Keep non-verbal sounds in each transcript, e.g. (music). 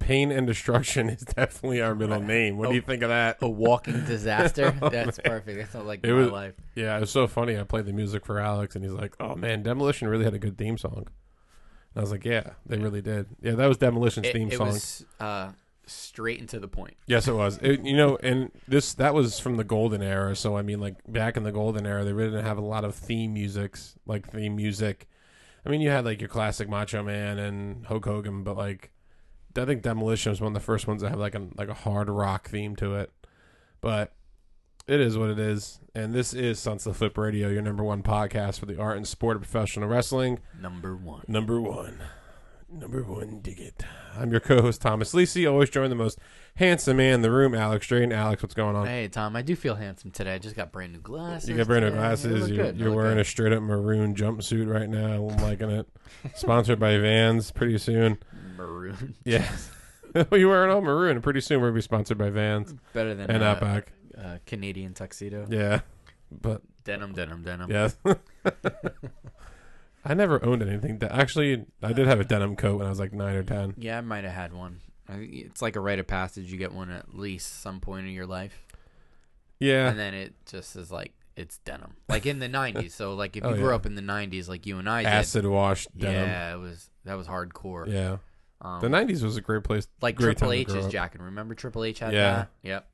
Pain and Destruction is (laughs) definitely our middle name. What do you Oh. think of that? (laughs) A walking disaster. That's perfect. That's not like It my was- life. Yeah, it was so funny. I played the music for Alex, and he's like, "Oh man, Demolition really had a good theme song." And I was like, "Yeah, they really did. Yeah, that was Demolition's It, theme it song." was uh, straight and to the point. Yes, it was. It, you know, and this that was from the golden era. So I mean, like back in the golden era, they really didn't have a lot of theme musics, like theme music. I mean, you had like your classic Macho Man and Hulk Hogan, but like I think Demolition was one of the first ones that have like a like a hard rock theme to it. But it is what it is, and this is Sunset Flip Radio, your number one podcast for the art and sport of professional wrestling. Number one. Number one. Number one, dig it. I'm your co host, Thomas Lisi. Always joined the most handsome man in the room, Alex Drayton. Alex, what's going on? Hey Tom, I do feel handsome today. I just got brand new glasses. Oh. you got brand new today. I glasses. look You're, good. I you're look wearing (laughs) good. a straight up maroon jumpsuit right now. (laughs) I'm liking it. Sponsored by Vans pretty soon. (laughs) maroon. (laughs) Yes. You're wearing all maroon. Pretty soon we're going to be sponsored by Vans Better than and uh, Outback. uh, Canadian tuxedo. Yeah. But Denim, denim, denim. Yes. (laughs) I never owned anything. de- Actually, I did have a denim coat when I was like nine or ten. Yeah, I might have had one. I think it's like a rite of passage. You get one at least some point in your life, Yeah. and then it just is like it's denim, (laughs) like in the '90s. So like if you Oh, grew yeah. up in the '90s, like you and I did, Acid washed denim. yeah, it was that was hardcore. yeah. Um, The '90s was a great place, like great Triple time to H grow is up. jacking. Remember Triple H had Yeah. that? Yep.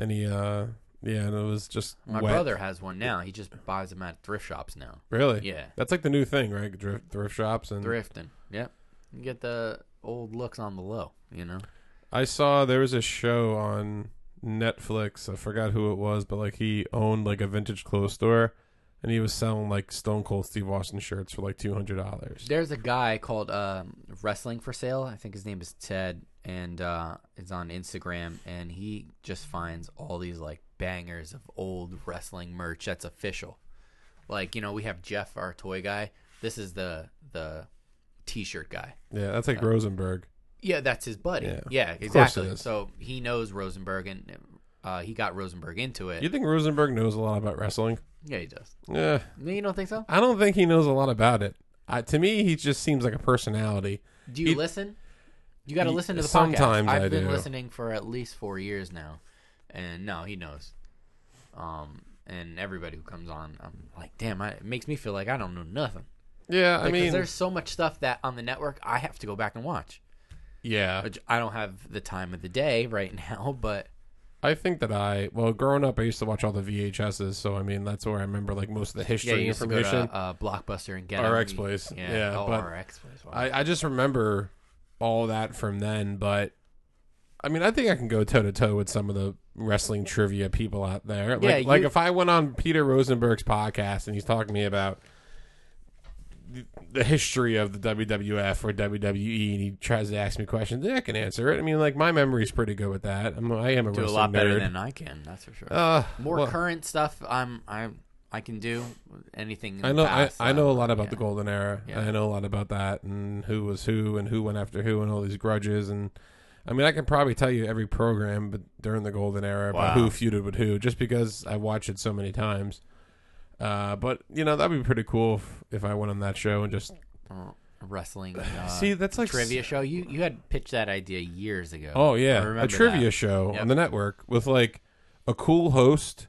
and he, uh, yeah, and it was just My wet. brother has one now. He just buys them at thrift shops now. Really, Yeah, that's like the new thing, right? Drift, thrift shops, and thrifting. Yep. You get the old looks on the low. You know. I saw there was a show on Netflix. I forgot who it was, but like he owned like a vintage clothes store, and he was selling like Stone Cold Steve Austin shirts for like two hundred dollars. There's a guy called um, Wrestling for Sale. I think his name is Ted, and uh, is on Instagram. And he just finds all these like bangers of old wrestling merch that's official. Like you know, we have Jeff, our toy guy. This is the the T-shirt guy. Yeah, that's Uh, like Rosenberg. Yeah, that's his buddy. Yeah. Yeah, it exactly. is. So he knows Rosenberg, and uh, he got Rosenberg into it. You think Rosenberg knows a lot about wrestling? Yeah, he does. Yeah, No, you don't think so? I don't think he knows a lot about it. I, to me, he just seems like a personality. Do you It- listen? You got to Y- listen to the sometimes podcast. I've I been do. listening for at least four years now, and no, he knows. Um, and everybody who comes on, I'm like, damn, I, it makes me feel like I don't know nothing. Yeah, I Because mean, there's so much stuff that on the network I have to go back and watch, yeah, which I don't have the time of the day right (laughs) now. But I think that I well, growing up, I used to watch all the VHSs, so I mean that's where I remember like most of the yeah, history you used to go information. to uh, Blockbuster and get 'em. RX You- place. Yeah, Yeah, oh, but RX place. Wow. I, I just remember all that from then, but I mean I think I can go toe to toe with some of the wrestling trivia people out there. Like Yeah, like you- if I went on Peter Rosenberg's podcast and he's talking to me about the- the history of the WWF or WWE, and he tries to ask me questions. Yeah, I can answer it. I mean, like my memory's pretty good with that. I'm, I am a do a wrestling lot better nerd. than I can. That's for sure. uh, More well- current stuff. I'm I I can do anything. In I the know past, I, I uh, know a lot about yeah. the golden era. Yeah. I know a lot about that and who was who and who went after who and all these grudges and I mean I can probably tell you every program but during the golden era about Wow. who feuded with who just because I watched it so many times. Uh, but you know that'd be pretty cool if, if I went on that show and just uh, (laughs) wrestling uh, see that's like trivia show. You you had pitched that idea years ago. Oh I yeah, a remember trivia that. show Yep. on the network with like a cool host,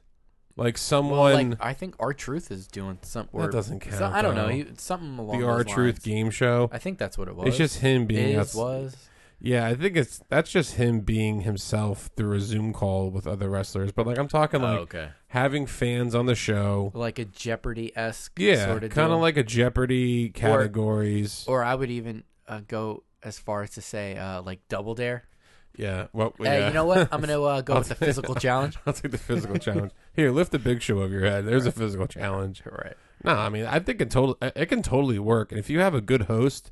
like someone Well, like, I think our truth is doing some. Or, that doesn't count. so- I don't know. though. You, it's something along the those R Truth lines. game show. I think that's what it was. It's just him being Is, outs- was. Yeah, I think it's that's just him being himself through a Zoom call with other wrestlers. But like I'm talking like oh, okay. having fans on the show. Like a Jeopardy esque. Yeah, sort of kind deal. of like a Jeopardy categories. Or I would even uh, go as far as to say uh, like Double Dare. yeah, well, Hey, yeah. you know (laughs) what? I'm gonna uh, go with the physical challenge. I'll take the physical challenge. Here, lift the big show over your head. There's a physical challenge. Right. No, I mean I think it total it can totally work. And if you have a good host,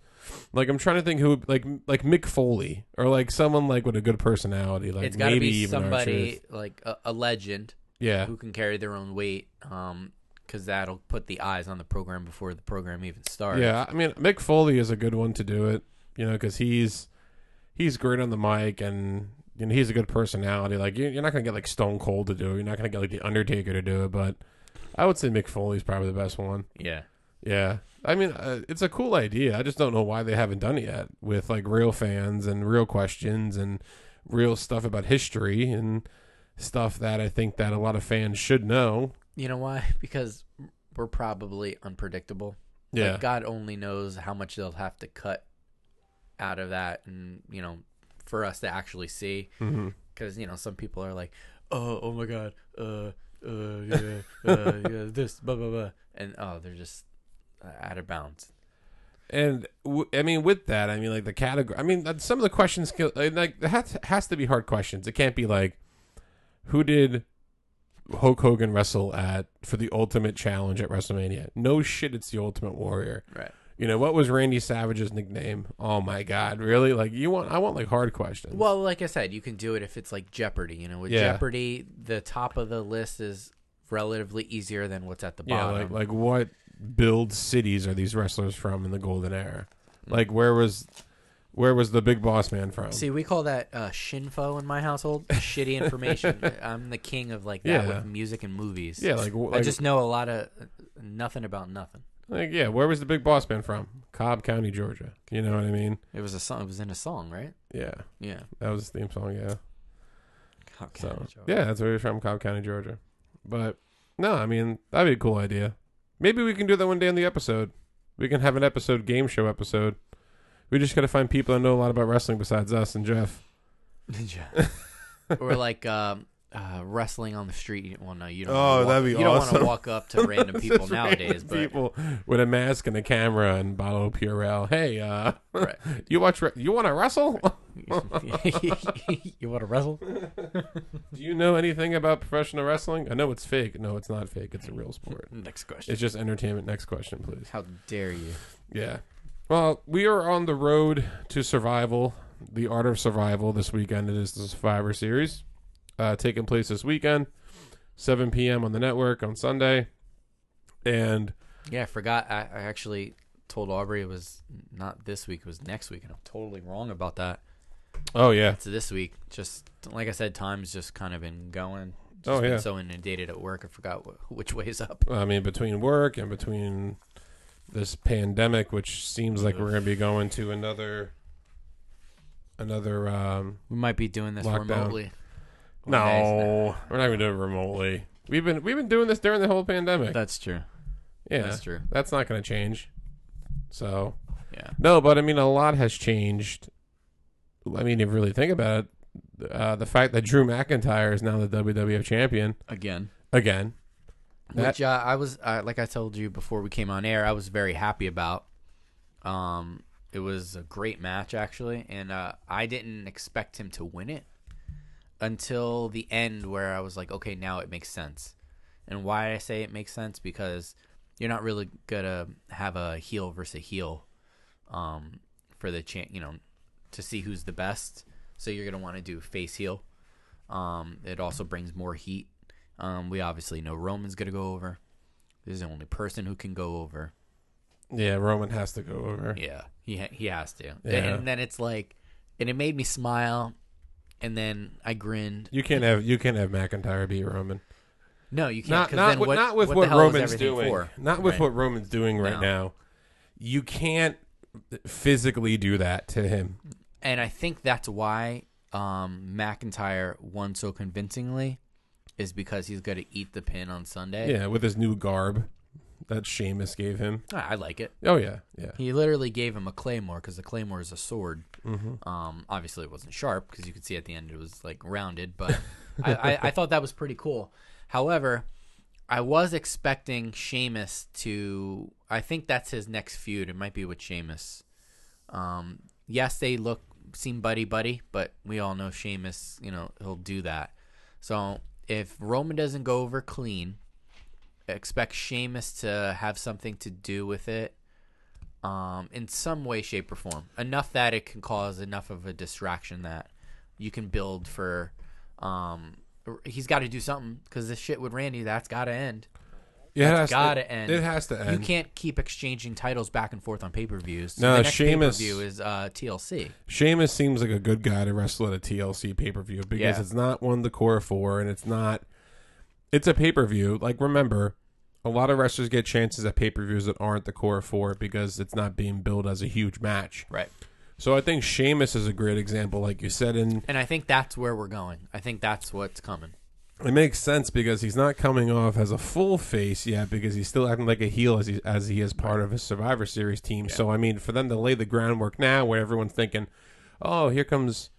like I'm trying to think who would- like like Mick Foley or like someone like with a good personality, like it's got to maybe be even R. somebody Truth. like a, a legend Yeah, who can carry their own weight, um, because that'll put the eyes on the program before the program even starts. Yeah, I mean Mick Foley is a good one to do it, you know, because he's he's great on the mic and you know he's a good personality. Like you- you're not gonna get like Stone Cold to do it, you're not gonna get like the Undertaker to do it, but I would say Mick Foley's probably the best one. yeah. Yeah, I mean, uh, it's a cool idea. I just don't know why they haven't done it yet with like real fans and real questions and real stuff about history and stuff that I think that a lot of fans should know. You know why? (laughs) Because we're probably unpredictable. Like, Yeah, God only knows how much they'll have to cut out of that, and you know, for us to actually see, hmm because you know, some people are like, "Oh, oh my God, uh, uh, yeah, uh, yeah, (laughs) this, blah blah blah," and oh, they're just uh, out of bounds. and w- I mean, with that, I mean like the category. I mean, that- some of the questions can- like like, it has has to be hard questions. It can't be like, who did Hulk Hogan wrestle at for the Ultimate Challenge at WrestleMania? No shit, it's the Ultimate Warrior. Right. You know what was Randy Savage's nickname? Oh my God, really? Like you want? I want like hard questions. Well, like I said, you can do it if it's like Jeopardy. You know, with Yeah. Jeopardy, the top of the list is relatively easier than what's at the yeah, bottom. like like what build cities are these wrestlers from in the Golden Era? Like where was where was the Big Boss Man from? See, we call that uh, shinfo in my household. Shitty (laughs) information. I'm the king of like that Yeah. with music and movies. yeah, like w- I like, just know a lot of nothing about nothing. like yeah, where was the Big Boss Man from? Cobb County, Georgia. You know what I mean? It was a song. It was in a song, right? Yeah, Yeah. that was his theme song. Yeah. Okay. So yeah, that's where you're from, Cobb County, Georgia. But no, I mean that'd be a cool idea. Maybe we can do that one day in the episode. We can have an episode game show episode. We just gotta find people that know a lot about wrestling besides us and Jeff. Yeah. (laughs) or like um, uh, wrestling on the street. Well, no, you don't. Oh, wanna walk, that'd be You don't want awesome. to walk up (laughs) to random It's (laughs) people just nowadays, random but people with a mask and a camera and bottle of Purell. Hey, uh, Right. (laughs) you watch? Re- you want to wrestle? (laughs) you want to wrestle? do you know anything about professional wrestling? I know it's fake. No, it's not fake. It's a real sport. Next question. It's just entertainment. Next question, please. How dare you? Yeah. Well, we are on the road to survival, the art of survival this weekend. It is the Survivor Series uh, taking place this weekend, 7 p.m. on the network on Sunday. And Yeah, I forgot. I, I actually told Aubrey it was not this week, it was next week, and I'm totally wrong about that. oh, yeah. It's this week. Just like I said, time's just kind of been going. Just Oh, been yeah. so inundated at work, I forgot wh- which way's up. I mean, between work and between this pandemic, which seems like we're going to be going to another. Another, um, We might be doing this Lockdown. remotely. no, we're not even doing it remotely. We've been, we've been doing this during the whole pandemic. That's true. yeah. That's true. that's not going to change. So Yeah. no, but I mean, a lot has changed. I mean, if you really think about it, uh, the fact that Drew McIntyre is now the WWF champion Again. again. That- Which uh, I was, uh, like I told you before we came on air, I was very happy about. Um, it was a great match actually, and uh, I didn't expect him to win it until the end, where I was like, okay, now it makes sense. And why I say it makes sense because you're not really gonna have a heel versus a heel, um, for the chan you know, to see who's the best. So you're gonna want to do face heel. Um, it also brings more heat. Um, we obviously know Roman's gonna go over. This is the only person who can go over. Yeah, Roman has to go over. Yeah, he ha- he has to. Yeah. And then it's like, and it made me smile, and then I grinned. You can't have you can't have McIntyre beat Roman. No, you can't. Not 'cause not then with, what, not with what, what, the hell was Roman's everything doing. For? Not with Right. what Roman's doing right No. now. You can't physically do that to him. And I think that's why um, McIntyre won so convincingly, is because he's gonna eat the pin on Sunday. Yeah, with his new garb that Sheamus gave him. Ah, I like it. Oh yeah, yeah. He literally gave him a claymore because the claymore is a sword. Um, obviously, it wasn't sharp because you could see at the end it was like rounded, but I, I, I thought that was pretty cool. However, I was expecting Sheamus to. I think that's his next feud. It might be with Sheamus. Um, yes, they look seem buddy buddy, but we all know Sheamus. You know he'll do that. So if Roman doesn't go over clean, expect Sheamus to have something to do with it um, in some way, shape, or form. Enough that it can cause enough of a distraction that you can build for. Um, r- he's got to do something because this shit with Randy, that's got to end. Yeah, it has gotta it- end. It has to You end. can't keep exchanging titles back and forth on pay per views. No, the next Sheamus- pay per view is uh, TLC. Sheamus seems like a good guy to wrestle at a TLC pay per view because Yeah. it's not one of the core four and it's not. It's a pay per view. Like remember, a lot of wrestlers get chances at pay per views that aren't the core four because it's not being billed as a huge match. Right. So I think Sheamus is a great example, like you said, and And I think that's where we're going. I think that's what's coming. it makes sense because he's not coming off as a full face yet because he's still acting like a heel as he as he is part of his Survivor Series team. So I mean, for them to lay the groundwork now, where everyone's thinking, "Oh, here comes,"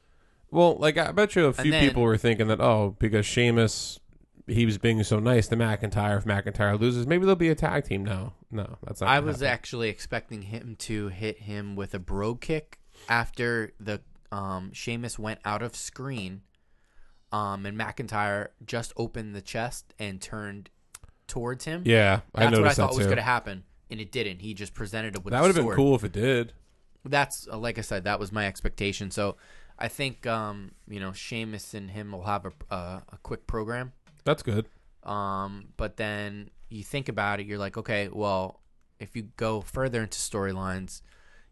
well, like I bet you a few then- people were thinking that, "Oh, because Sheamus." He was being so nice to McIntyre. If McIntyre loses, maybe there'll be a tag team. No, no, that's not. I gonna was happen. actually expecting him to hit him with a bro kick after the um Sheamus went out of screen. Um and McIntyre just opened the chest and turned towards him. Yeah, I That's what I noticed thought that too. was going to happen, and it didn't. He just presented it with that a would have been sword. cool if it did. That's uh, like I said, that was my expectation. So I think um, you know Sheamus and him will have a uh, a quick program. That's good. Um, but then you think about it, you're like, okay, well, if you go further into storylines,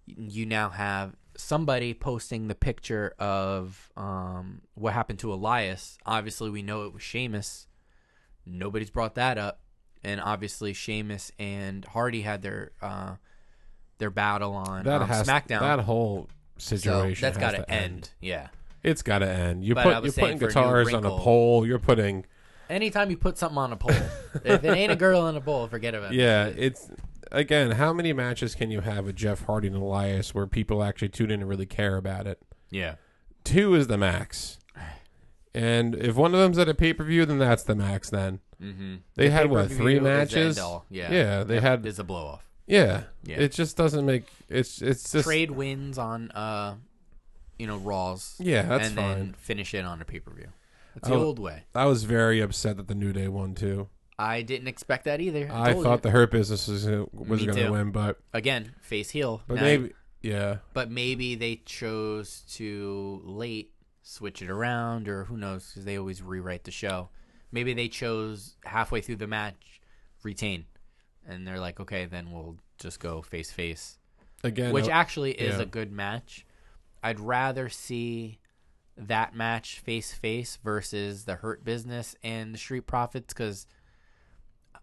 y- you now have somebody posting the picture of um, what happened to Elias. Obviously, we know it was Sheamus. Nobody's brought that up, and obviously, Sheamus and Hardy had their uh, their battle on That um, has SmackDown. That whole so situation. that's got gotta to end. Yeah. It's got to end. You But put, I was you're saying putting for a new guitars on a wrinkle- pole. You're putting Anytime you put something on (laughs) a pole, if it ain't a girl in a bowl, forget about it. yeah. It's again. How many matches can you have with Jeff Hardy and Elias where people actually tune in and really care about it? Yeah. Two is the max. And if one of them's at a pay per view, then that's the max. Then Mm-hmm. they had what pay-per-view three is the matches? end-all. Yeah. yeah. They had It's a blow off. yeah. Yeah. It just doesn't make it's it's just Trade wins on uh you know, Raws. yeah. That's and fine. then finish it on a pay per view. It's the Oh. old way. I was very upset that the New Day won too. I didn't expect that either. I told thought you. the Hurt Business was gonna, was Me going to too. win, but again, face heel. but Now- maybe yeah. but maybe they chose to late switch it around or who knows because they always rewrite the show. Maybe they chose halfway through the match retain and they're like, okay, then we'll just go face face. Again, which I- actually is yeah. a good match. I'd rather see that match face face versus the Hurt Business and the Street Profits because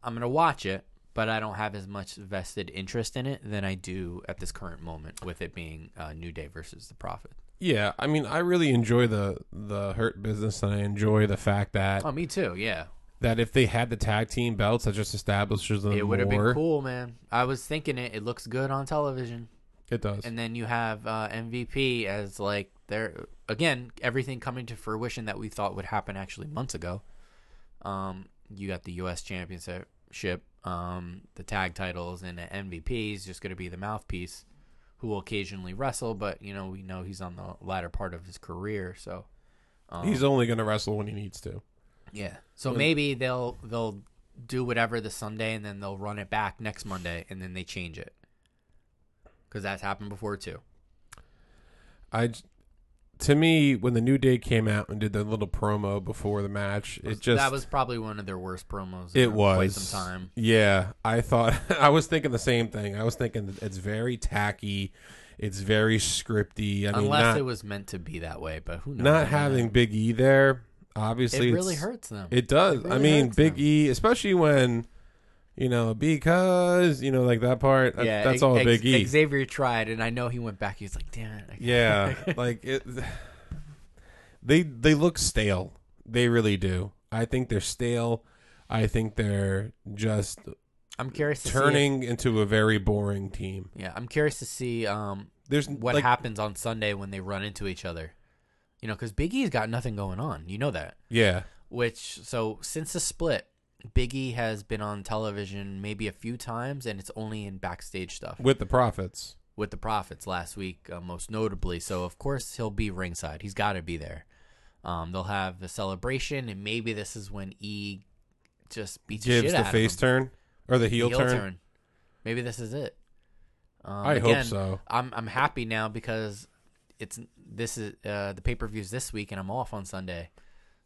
I'm gonna watch it, but I don't have as much vested interest in it than I do at this current moment with it being uh, New Day versus the Profit. Yeah, I mean, I really enjoy the the hurt business, and I enjoy the fact that Oh, me too. Yeah, that if they had the tag team belts, that just establishes them it would have been more. cool, man. I was thinking it. It looks good on television. It does. and then you have uh, MVP as like there again everything coming to fruition that we thought would happen actually months ago. Um, you got the U.S. Championship, um, the tag titles, and the MVP is just going to be the mouthpiece, who will occasionally wrestle, but you know we know he's on the latter part of his career, so um, He's only going to wrestle when he needs to. yeah. So maybe they'll they'll do whatever this Sunday, and then they'll run it back next Monday, and then they change it. Because that's happened before too. I, j- to me, when the new day came out and did their little promo before the match, it just that was probably one of their worst promos. it in was quite some time. Yeah, I thought (laughs) I was thinking the same thing. I was thinking that it's very tacky, it's very scripty. I mean, Unless not, it was meant to be that way, but who knows? not having Big E there, obviously, it it's- really hurts them. It does. It really I mean, hurts Big them. E, especially when you know because you know like that part. that- uh, that's ex- all ex- Big E. Xavier tried, and I know he went back. He's like, "Damn it!" I- (laughs) yeah, like it. They they look stale. They really do. I think they're stale. I think they're just I'm curious. To See turning into a very boring team. if- yeah, I'm curious to see um, There's what like, happens on Sunday when they run into each other. You know, because Big E's got nothing going on. You know that. Yeah, Which so since the split, Big E has been on television maybe a few times, and it's only in backstage stuff. with the profits. with the Prophets last week, uh, most notably. So, of course, he'll be ringside. He's got to be there. Um, they'll have the celebration, and maybe this is when E just beats the Gives shit the out of face him. turn or the The heel, turn. Maybe this is it. Um, I hope again, so. I'm I'm happy now because it's this is uh, the pay per views this week, and I'm off on Sunday.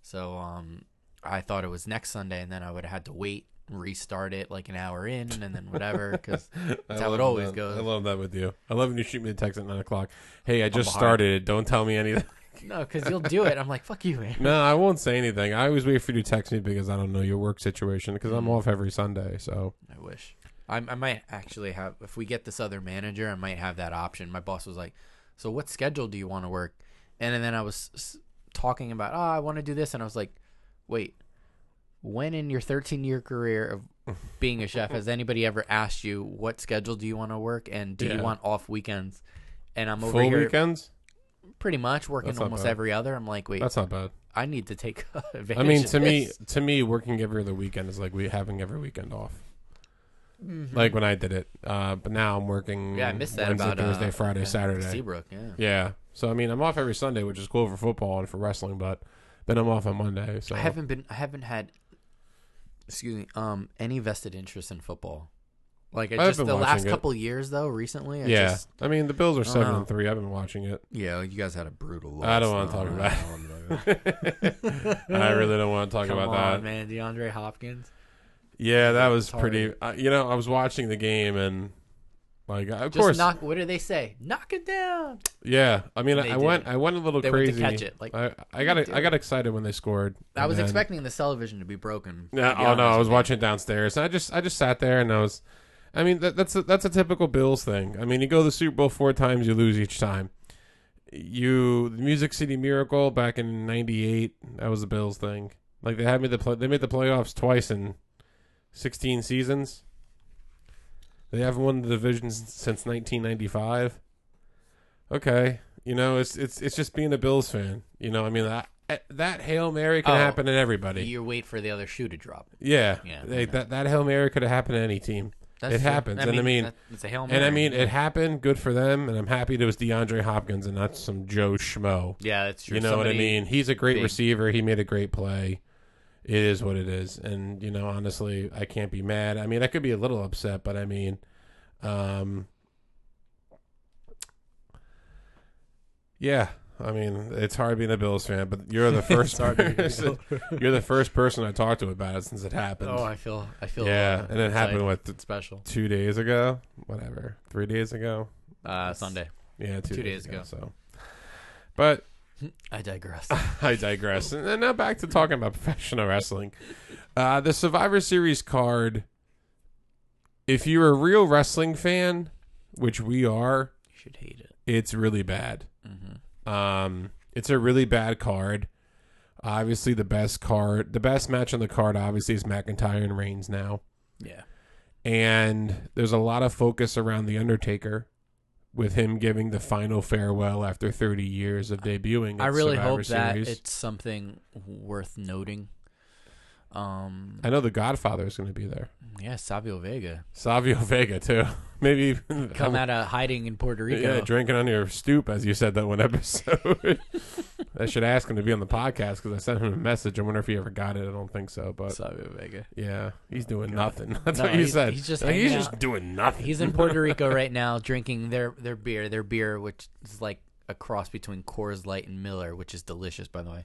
So um, I thought it was next Sunday, and then I would have had to wait, restart it like an hour in, and then whatever. (laughs) Because I That's how it love always that. goes. I love that with you. I love when you shoot me a text at nine o'clock. Hey, I just behind. started it. Don't tell me anything. (laughs) No, because you'll do it. I'm like, fuck you, man. No, I won't say anything. I always wait for you to text me because I don't know your work situation because Mm-hmm. I'm off every Sunday. So I wish. I, I might actually have, if we get this other manager, I might have that option. My boss was like, so what schedule do you want to work? And, then I was s- talking about, oh, I want to do this. And I was like, wait, when in your 13 year career of being a chef has anybody ever asked you, what schedule do you want to work? And do Yeah. you want off weekends? And I'm over full here weekends. pretty much working That's not almost bad. every other. I'm like, wait, That's not bad. I need to take (laughs) advantage. I mean, of to me, this. to me, working every other weekend is like we having every weekend off. Like when I did it, uh, but now I'm working. Mm-hmm. yeah, I missed that Wednesday, about uh, Thursday, Friday, yeah, Saturday. Seabrook, yeah. Yeah, so I mean, I'm off every Sunday, which is cool for football and for wrestling, but then I'm off on Monday. So I haven't been. I haven't had. Excuse me. Um, any vested interest in football? Like I I've just been the last watching it. couple years though. Recently, I yeah, Just, I mean, the Bills are don't seven know. and three. I've been watching (laughs) it. yeah. You guys had a brutal. Loss, I don't wanna though. talk I about don't wanna talk (laughs) about I really don't want to talk Come about on, that. man. DeAndre Hopkins. Yeah, that was It's hard. pretty. I you know, I was watching the game and like, of Just course, knock. What do they say? Knock it down. yeah. I mean, They I went, did. I went a little They went to crazy. catch it, like, I, I got, you do? I got excited when they scored. I and was then- expecting the television to be broken. to Yeah, be oh no, honest I was with you. watching it downstairs. And I just, I just sat there and I was. I mean, that, that's a, that's a typical Bills thing. I mean, you go to the Super Bowl four times, you lose each time. You the Music City Miracle back in '98, that was the Bills thing. Like they had me the play, they made the playoffs twice in 16 seasons. They haven't won the division s- since 1995. Okay, you know it's it's it's just being a Bills fan. You know, I mean that that hail mary can Oh, happen to everybody. You wait for the other shoe to drop. Yeah, Yeah, They- I know. that that hail mary could have happened to any team, It true. happens, and I mean- that- it's a hail and I Mary. mean it happened. Good for them, and I'm happy that it was DeAndre Hopkins and not some Joe Schmo. yeah, that's true. You know what I Somebody- mean? He's a great big. receiver. He made a great play. It is what it is, and you know honestly, I can't be mad. I mean, I could be a little upset, but I mean, um, yeah. I mean, it's hard being a Bills fan, but you're (laughs) the first Sorry, (laughs) dude. person, you're the first person I talked to about it since it happened. Oh, I feel. I feel. yeah, uh, and it happened excited. what th- special. two days ago, whatever, three days ago. Uh, Sunday. Yeah, two, Two days ago. So, but (laughs) I digress. I digress. And then now back to talking about (laughs) professional wrestling. Uh, the Survivor Series card. If you're a real wrestling fan, which we are, You should hate it. it's really bad. Mm-hmm. Um, it's a really bad card. Obviously, the best card, the best match on the card, obviously, is McIntyre and Reigns now. Yeah. and there's a lot of focus around the Undertaker, with him giving the final farewell after 30 years of debuting. I at really Survivor hope that Series. it's something worth noting. Um. I know the Godfather is going to be there. Yeah, (laughs) Savio Vega Savio Vega too. (laughs) Maybe (laughs) come out of hiding in Puerto Rico. Yeah, drinking on your stoop, as you said that one (laughs) episode. I should ask him to be on the podcast because I sent him a message. I wonder if he ever got it. I don't think so, but Savio Vega. yeah, he's doing nothing. (laughs) That's No, what you he's- said. he's just Like, he's hanging just out. doing nothing. (laughs) He's in Puerto Rico right now, drinking their their beer, their beer, which is like a cross between Coors Light and Miller, which is delicious, by the (laughs) way.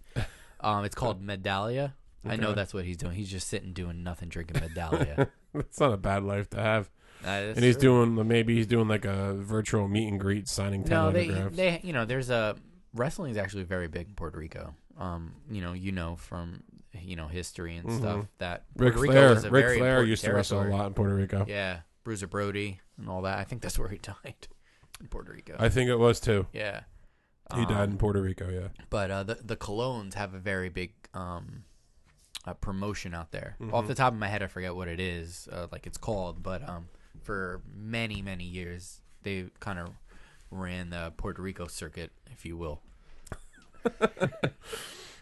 Um, it's called Medallia. I know Okay. that's what he's doing. He's just sitting doing nothing, (laughs) drinking Medallia. That's not a bad life to have. and he's doing maybe he's doing like a virtual meet and greet signing ten no, they autographs. they you know there's a wrestling is actually very big in Puerto Rico. Um, you know, you know from you know history and stuff that Rick Puerto Flair, is a Mm-hmm. Ric very Flair important used to wrestle a territory. lot in Puerto Rico. Yeah, Bruiser Brody and all that. I think that's where he (laughs) died in Puerto Rico. I think it was too. yeah, He died Um, in Puerto Rico. Yeah, But uh, the the colognes have a very big um, uh, promotion out there. Mm-hmm. Off the top of my head, I forget what it is, uh, like it's called. But um, for many many years, they kind of ran the Puerto Rico circuit, if you will.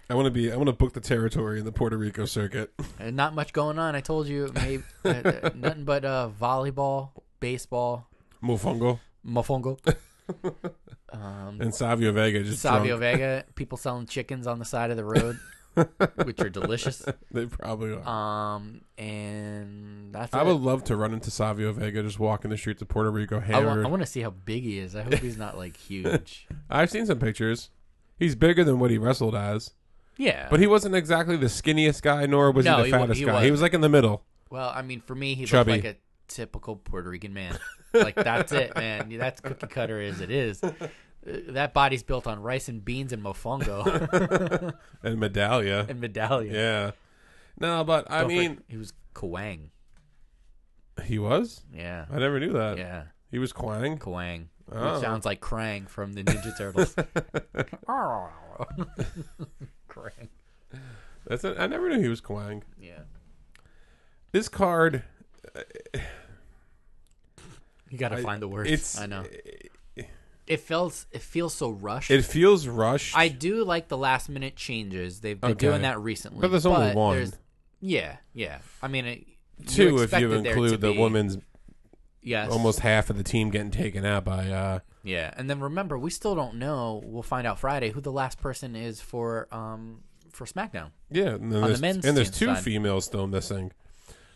I want to be. I want to book the territory in the Puerto Rico circuit. Uh, not much going on. I told you, (laughs) maybe uh, uh, nothing but uh, volleyball, baseball, (laughs) Mofongo mofongo. Um, and Savio Vega just Savio drunk. Vega, people selling chickens on the side of the road, which (laughs) are delicious. They probably are. Um, and that's I it. would love to run into Savio Vega just walking the streets of Puerto Rico I, hammered. wa- I want to see how big he is. I hope he's not like (laughs) huge. I've seen some pictures. He's bigger than what he wrestled as, yeah, but he wasn't exactly the skinniest guy, nor was No, he he the wa- fattest he guy. He wasn't. was like in the middle. well, I mean, for me, he Chubby. looks like a (laughs) typical Puerto Rican man. like that's it, man. That's cookie cutter as it is. Uh, that body's built on rice and beans and (laughs) mofongo and Medallia. and medallion. yeah. No, but I Don't forget- mean, he was Kwang. he was. Yeah, I never knew that. yeah, He was Quang. Kwang. Uh, Oh. Which sounds like Krang from the (laughs) Ninja Turtles. (laughs) Krang. That's it. I never knew he was Quang. Yeah. This card, You got to I- find the words. it's. I know. It, It feels it feels so rushed. feels rushed. I do like the last minute changes. They've been Okay. doing that recently. But there's only one. there's- Yeah, yeah. I mean, it, you Two, if you expected there to include the be- woman's Yes. almost half of the team getting taken out by. uh Yeah, and then remember, we still don't know. We'll find out Friday who the last person is for um for SmackDown. Yeah, and, then the there's, men's and there's team two side. females still missing.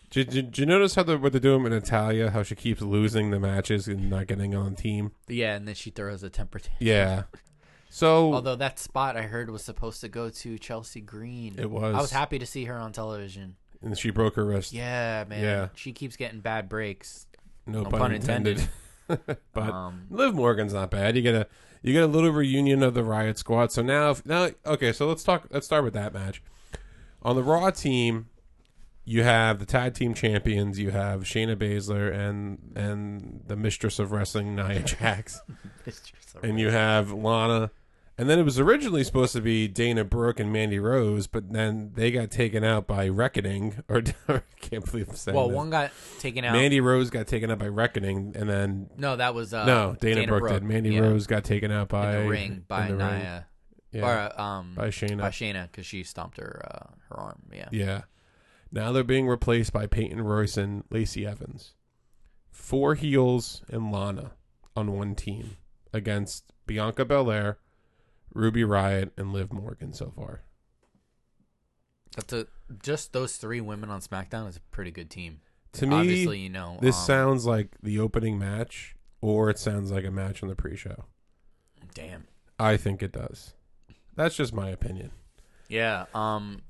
Did, did, did you notice how the, what they're doing with Natalia? How she keeps losing the matches and not getting on team. Yeah, and then she throws a temper tantrum. Yeah. So Although that spot I heard was supposed to go to Chelsea Green. It was. I was happy to see her on television. and she broke her wrist. Yeah, man. Yeah. She keeps getting bad breaks. (laughs) no no pun, pun intended. (laughs) but Um, Liv Morgan's not bad. You get a you get a little reunion of the Riot Squad. So now if, now okay, so let's talk. Let's start with that match. On the Raw team, you have the tag team champions. You have Shayna Baszler and and the mistress of wrestling (laughs) Nia Jax. it's just so- and you have Lana. And then it was originally supposed to be Dana Brooke and Mandy Rose, but then they got taken out by Reckoning. Or (laughs) I can't believe I'm saying well, this. one got taken out. Mandy Rose got taken out by Reckoning, and then no, that was uh, no, Dana, Brooke, did. Mandy yeah. Rose got taken out by in the ring by in the ring. Nia yeah, or uh, um by Shayna. by Shayna because she stomped her uh, her arm. Yeah. yeah. Now they're being replaced by Peyton Royce and Lacey Evans, four heels and Lana on one team against Bianca Belair, Ruby Riot, and Liv Morgan so far. That's a, just those three women on SmackDown is a pretty good team. To me, Obviously, you know this um, sounds like the opening match, or it sounds like a match on the pre-show. Damn. I think it does. That's just my opinion. Yeah. Um.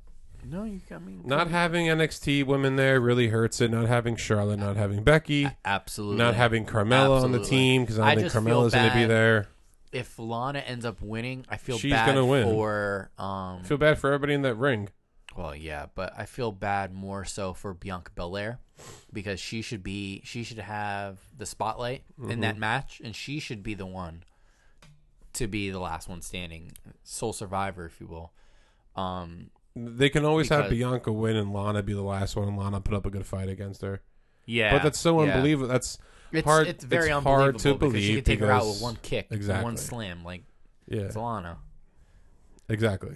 No, you. I mean, Not having NXT women there really hurts it. Not having Charlotte, not having Becky, absolutely not having Carmella on the Absolutely. team because I don't I think just feel Carmella's going to be bad. there. If Lana ends up winning, I feel She's bad gonna win. for um. I feel bad for everybody in that ring. Well, yeah, but I feel bad more so for Bianca Belair because she should be she should have the spotlight in that match, and she should be the one to be the last one standing, sole survivor, if you will. Um. They can always have Because- Bianca win and Lana be the last one, and Lana put up a good fight against her. Yeah. but that's so yeah. unbelievable. That's It's, hard. it's very unbelievable hard to because believe she could take her out with because- one kick, Exactly. one slam, like Yeah, Solana. Exactly.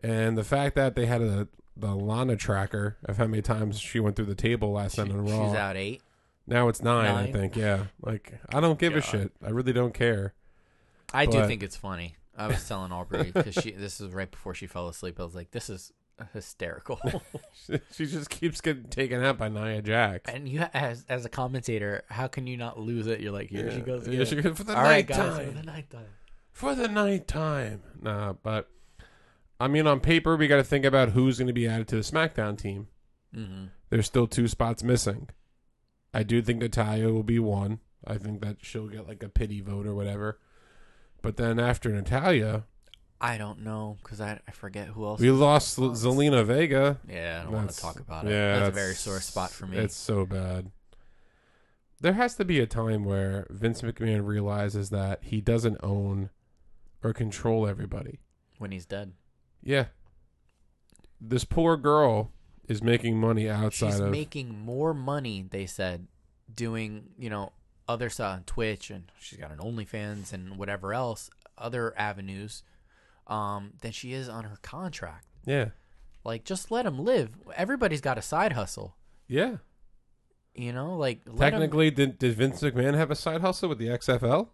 And the fact that they had a the Lana tracker of how many times she went through the table last night on Raw. She's out eight. Now it's nine, I Nine. think. Yeah. Like I don't give a God. shit. I really don't care. I But- do think it's funny. I was telling Aubrey because she this is right before she fell asleep. I was like, this is hysterical. She, (laughs) she just keeps getting taken out by Nia Jax. and you, as as a commentator, how can you not lose it? You're like, here she goes. Yeah, again. she goes, (laughs) for the All right, night guys, time. for the night time. for the night time. Nah, but I mean on paper we gotta think about who's gonna be added to the SmackDown team. Mm-hmm. There's still two spots missing. I do think Natalia will be one. I think that she'll get like a pity vote or whatever. But then after Natalia, I don't know because I, I forget who else. we lost L- Zelina Vega. yeah, I don't want to That's- talk about it. yeah, that's a that's- very sore spot for me. It's so bad. There has to be a time where Vince McMahon realizes that he doesn't own or control everybody. when he's dead, Yeah. This poor girl is making money outside she's of making more money. They said doing you know other stuff on Twitch and she's got an OnlyFans and whatever else other avenues um, than she is on her contract. Yeah. Like, just let him live. Everybody's got a side hustle, Yeah. you know. Like, let 'em- Technically, did, did Vince McMahon have a side hustle with the XFL?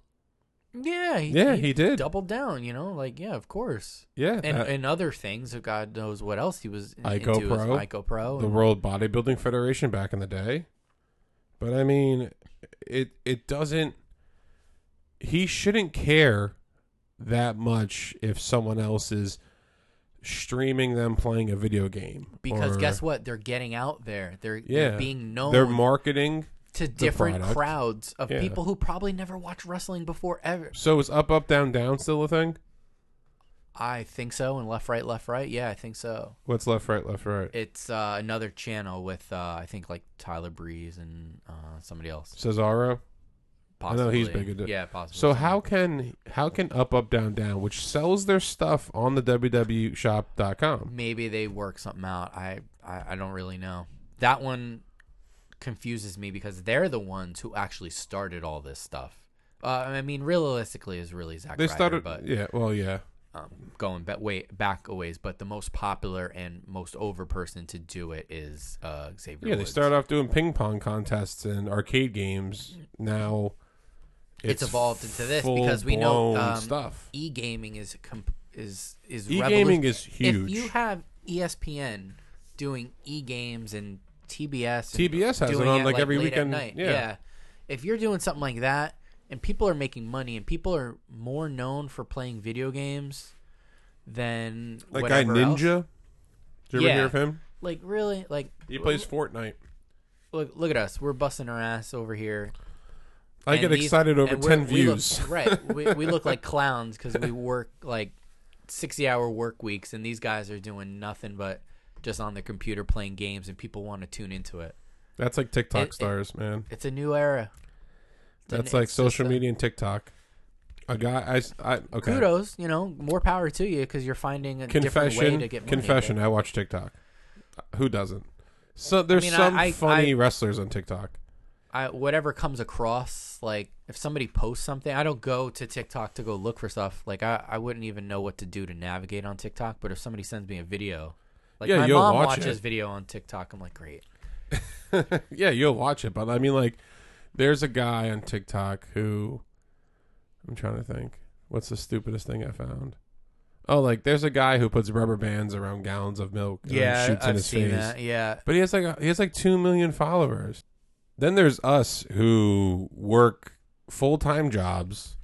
yeah, he, Yeah, he did. doubled down, you know. Like, yeah, (laughs) of course, Yeah. and that- and other things. oh, God knows what else he was in- Ico into. Pro, Ico Pro, the and- World Bodybuilding Federation back in the day. But I mean, it it doesn't. He shouldn't care that much if someone else is streaming them playing a video game. because or- guess what? They're getting out there. They're, Yeah. they're being known. They're marketing to different product. crowds of Yeah. people who probably never watched wrestling before ever. So is up, up, down, down still a thing? I think so. And left, right, left, right. Yeah, I think so. What's left, right, left, right? It's uh, another channel with uh, I think like Tyler Breeze and uh, somebody else. Cesaro. Possibly. know he's big into- Yeah, possibly. So how can how can up, up, down, down, which sells their stuff on the E www.shop.com? maybe they work something out. I, I I don't really know. That one confuses me because they're the ones who actually started all this stuff. Uh, I mean, realistically, is really Zack They Ryder, started. but Yeah. Well, yeah. um, going ba- way back a ways. But the most popular and most over person to do it is uh, Xavier. Yeah, they Woods. started off doing ping pong contests and arcade games. Now It's evolved into this because we know, full-blown um, stuff. E gaming is comp- is is E revolution- gaming is If huge. you have E ESPN doing e games and TBS, and TBS has it doing on, like, every late at weekend. night, Yeah. if you're doing something like that, and people are making money, and people are more known for playing video games than Like guy whatever else. Ninja. Did you Yeah. ever hear of him? like really, like He plays Fortnite. look, look at us, we're busting our ass over here. I and get these- excited over and we're- ten we look- views. (laughs) (laughs) right, we, we look like clowns because we work like sixty-hour work weeks, and these guys are doing nothing but just on their computer playing games, and people want to tune into it. That's like TikTok It- it- stars, man. It's a new era. It's an- That's like it's just social a- media and TikTok. A guy, I, s- I- okay. Kudos, you know, more power to you because you're finding a different way Confession, to get money. confession. I watch TikTok. Who doesn't? So there's mean, I- some I- funny I- wrestlers on TikTok. I, whatever comes across, like if somebody posts something, I don't go to TikTok to go look for stuff. Like I, I wouldn't even know what to do to navigate on TikTok. But if somebody sends me a video, like Yeah, my you'll mom watch watches it. video on TikTok, I'm like, great. yeah, you'll watch it, but I mean, like, there's a guy on TikTok who I'm trying to think. What's the stupidest thing I found? Oh, like there's a guy who puts rubber bands around gallons of milk and then shoots in his face. Yeah, But he has like a, he has like two million followers. Then there's us who work full time jobs,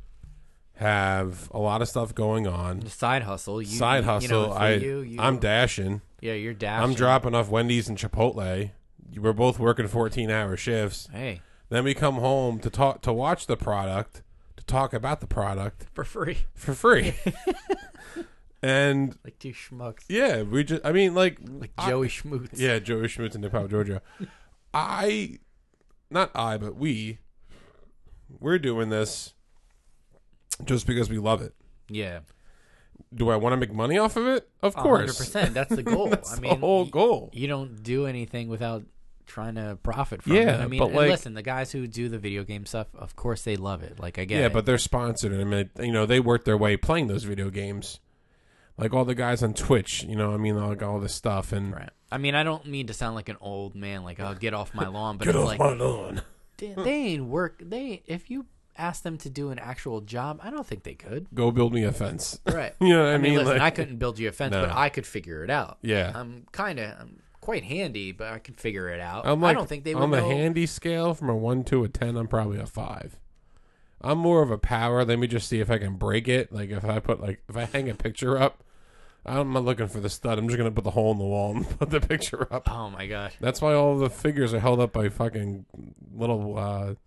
have a lot of stuff going on. side hustle. You, Side you know, hustle. for I you, you- I'm dashing. Yeah, you're dashing. I'm dropping off Wendy's and Chipotle. We're both working 14 hour shifts. Hey, Then we come home to talk to watch the product, to talk about the product for free, (laughs) for free. and like two schmucks, (laughs) yeah, we just I mean like like I- Joey Schmoots. yeah, Joe Schmutz and Hip Hop Georgia. I, not I, but we, we're doing this just because we love it. yeah. Do I want to make money off of it? Of A course. 100%. That's the goal. (laughs) That's I mean, the whole y- goal. You don't do anything without trying to profit from Yeah, it. I mean, but, and like- listen, the guys who do the video game stuff, of course they love it. Like I get Yeah, it. but they're sponsored, and I mean, you know, they work their way playing those video games, like all the guys on Twitch. You know, I mean, like all this stuff, and right. I mean, I don't mean to sound like an old man like, "Oh, get off my lawn," but get it's off like my lawn. they, they ain't work. They if you ask them to do an actual job, I don't think they could. Go build me a fence. (laughs) Right. you know what I, I mean, mean? listen, Like- I couldn't build you a fence, No. but I could figure it out. Yeah. I'm kind of I'm quite handy, but I can figure it out. I'm like, I don't think they would on the know- handy scale from a one to a ten. I'm probably a five. I'm more of a power. Let me just see if I can break it. Like if I put like if I hang a picture up, I'm not looking for the stud. I'm just gonna put the hole in the wall and (laughs) put the picture up. Oh my god. That's why all the figures are held up by fucking little uh (laughs)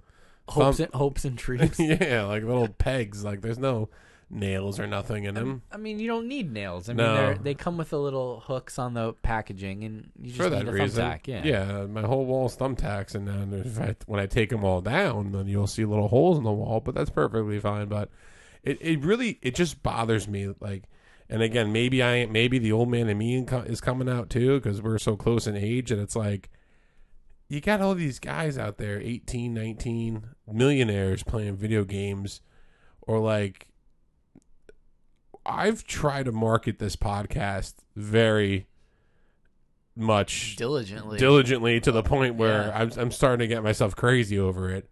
Hopes and hopes and dreams. yeah, like little pegs. Like there's no nails or nothing in them. I mean, you don't need nails. I mean, No. they're, they come with the little hooks on the packaging, and you just for need that a reason, thumbtack. Yeah. my whole wall's thumbtacks, and then if I, when I take them all down, then you'll see little holes in the wall, but that's perfectly fine. But it, it really it just bothers me, like, and again, maybe I ain't- maybe the old man in me co- is coming out too because we're so close in age, and it's like you got all these guys out there, 18, 19, millionaires playing video games, or like. I've tried to market this podcast very much Diligently. diligently to the point where Yeah. I'm, I'm starting to get myself crazy over it.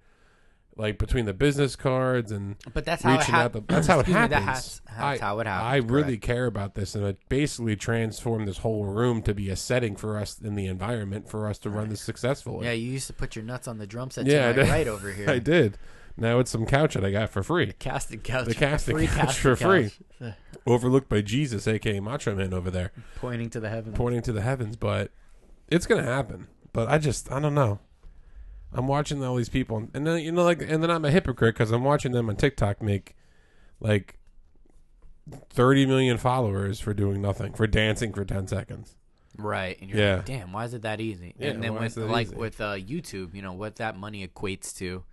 Like between the business cards and but that's how it reaching out, happens. the, that's how it happens. that's, that's I, how it happens. I really correct. care about this, and it basically transformed this whole room to be a setting for us in the environment for us to run this successfully. Yeah, you used to put your nuts on the drum set Yeah, I yeah, to did. my right over (laughs) here. I did. Now it's some couch that I got for free, Casting couch. The casting free couch casting for free. couch. (laughs) The- overlooked by Jesus, aka Macho Man over there, Pointing to the heavens. pointing to the heavens. But it's gonna happen. But I just I don't know. I'm watching all these people, and, and then you know, like, and then I'm a hypocrite because I'm watching them on TikTok make like 30 million followers for doing nothing, for dancing for 10 seconds. Right. And you're Yeah. like, damn, why is it that easy? Yeah, and then why with is it like easy? with uh, YouTube, you know, what that money equates to.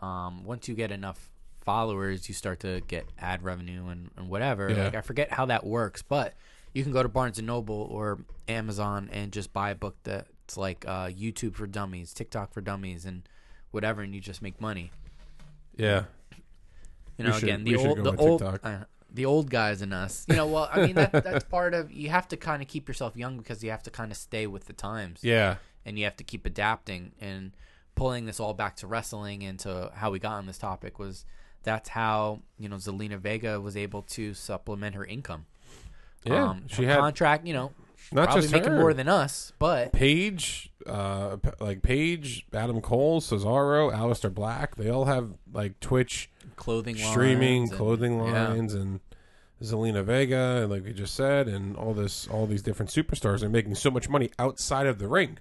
Um, once you get enough followers, you start to get ad revenue and, and whatever. Yeah. Like I forget how that works, but you can go to Barnes and Noble or Amazon and just buy a book that's like uh, YouTube for dummies, TikTok for dummies and whatever and you just make money. Yeah, We You know, should- again, we the should old, go the on old, TikTok. uh, the old guys in us. You know, well, I mean, that, that's part of. You have to kind of keep yourself young because you have to kind of stay with the times, yeah, and you have to keep adapting and pulling this all back to wrestling and to how we got on this topic was that's how you know Zelina Vega was able to supplement her income. yeah. um, she her had contract. You know, not probably just making her. more than us, but Page, uh, P- like Page, Adam Cole, Cesaro, Aleister Black, they all have like Twitch clothing, streaming, lines and- clothing yeah. lines, and Zelina Vega, and like we just said, and all this, all these different superstars are making so much money outside of the ring.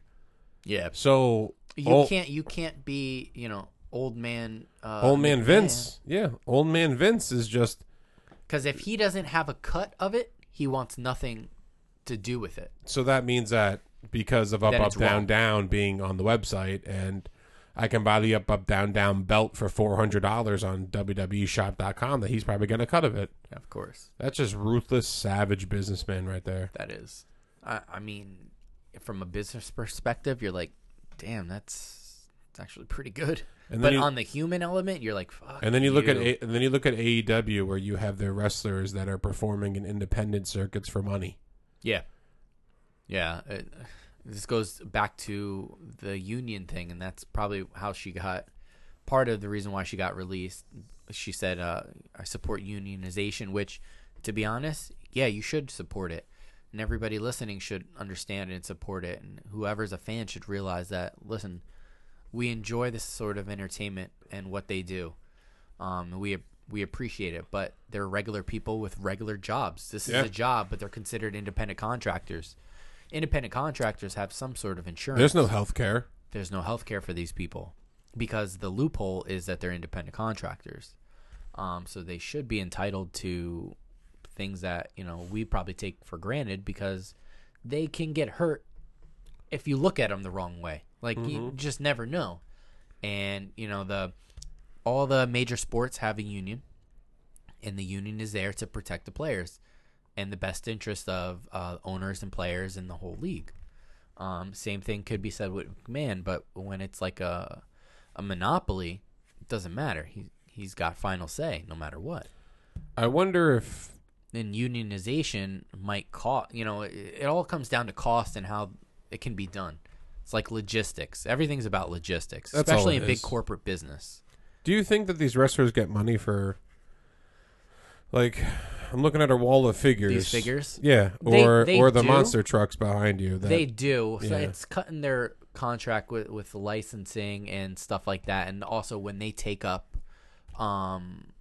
Yeah, So you all- can't, you can't be, you know, old man. Uh, old man McMahon. Vince, yeah, old man Vince is just Because if he doesn't have a cut of it, he wants nothing to do with it. so that means that because of up Then up it's down wrong. down being on the website and I can buy the up up down down belt for four hundred dollars on E WWEshop.com that he's probably gonna cut of it. Of course, That's just ruthless, savage businessman right there. that is. I, I mean, from a business perspective, you're like, damn, that's it's actually pretty good. And but then you, on the human element, you're like, fuck. and then you look at you. A, and then you look at AEW where you have their wrestlers that are performing in independent circuits for money. yeah, yeah. It, this goes back to the union thing, and that's probably how she got part of the reason why she got released. She said, uh, "I support unionization," which, to be honest, yeah, you should support it, and everybody listening should understand and support it, and whoever's a fan should realize that. Listen, we enjoy this sort of entertainment and what they do. Um, we we appreciate it, but they're regular people with regular jobs. This Yeah. is a job, but they're considered independent contractors. Independent contractors have some sort of insurance There's no health care. there's no health care for these people because the loophole is that they're independent contractors. Um, so they should be entitled to things that, you know, we probably take for granted because they can get hurt if you look at them the wrong way. Like you just never know. And, you know, the all the major sports have a union and the union is there to protect the players and the best interest of uh, owners and players in the whole league. Um, same thing could be said with McMahon, but when it's like a a monopoly, it doesn't matter. He he's got final say no matter what. I wonder if And unionization might cost. You know, it, it all comes down to cost and how it can be done. It's like logistics. Everything's about logistics, That's all especially it in big is. corporate business. Do you think that these wrestlers get money for, like, I'm looking at a wall of figures. These figures? yeah, They- or they or the do. monster trucks behind you. That, They do. So yeah. it's cutting their contract with with licensing and stuff like that, and also when they take up, um,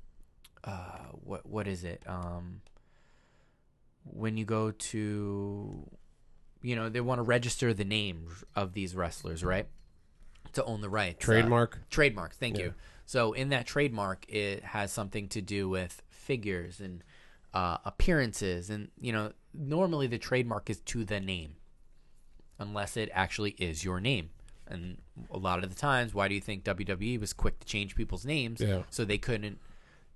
uh, what what is it? Um, when you go to, you know, they want to register the name of these wrestlers, right? To own the rights, Uh, trademark. trademark. Thank Yeah. you. So in that trademark, it has something to do with figures and uh, appearances, and you know, normally the trademark is to the name, unless it actually is your name. And a lot of the times, why do you think WWE was quick to change people's names Yeah. so they couldn't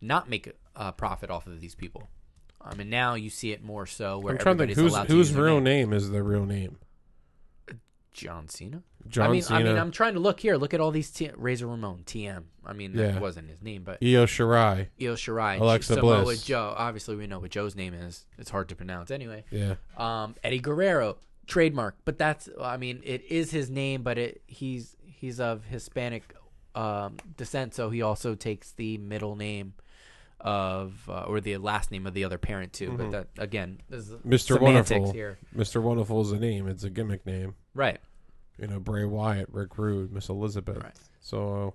not make a profit off of these people? I mean, now you see it more so where I'm trying to everybody's think whose allowed to whose use their real name. name. is their real name. John Cena. John I mean, Cena, I mean, I'm trying to look here. Look at all these t- Razor Ramon, TM. I mean, Yeah. that wasn't his name, but Io Shirai. Io Shirai, Alexa Samoa Bliss. Joe. Obviously, we know what Joe's name is. It's hard to pronounce anyway. Yeah, Um, Eddie Guerrero, trademark, but that's. I mean, it is his name, but it he's he's of Hispanic um, descent, so he also takes the middle name of uh, or the last name of the other parent too. But that again, this is Mr. semantics Wonderful. here, Mr. Wonderful is a name. It's a gimmick name. right? You know, Bray Wyatt, Rick Rude, Miss Elizabeth. Right. So,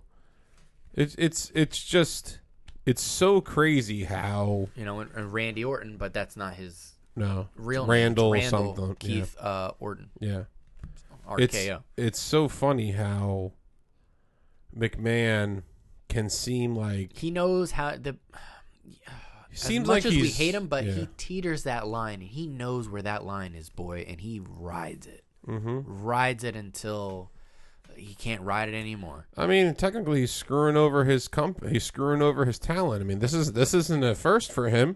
it's it's it's just it's so crazy how You know, and, and Randy Orton, but that's not his no real name. Randall, It's Randall something Keith uh, Orton, yeah yeah. RKO. It's, it's so funny how McMahon can seem like He knows how the. he seems as much like as he's, we hate him, but yeah. he teeters that line. and He knows where that line is, boy, and he rides it. Mm-hmm. Rides it until he can't ride it anymore. I mean, technically, he's screwing over his comp. He's screwing over his talent. I mean, this is this isn't a first for him.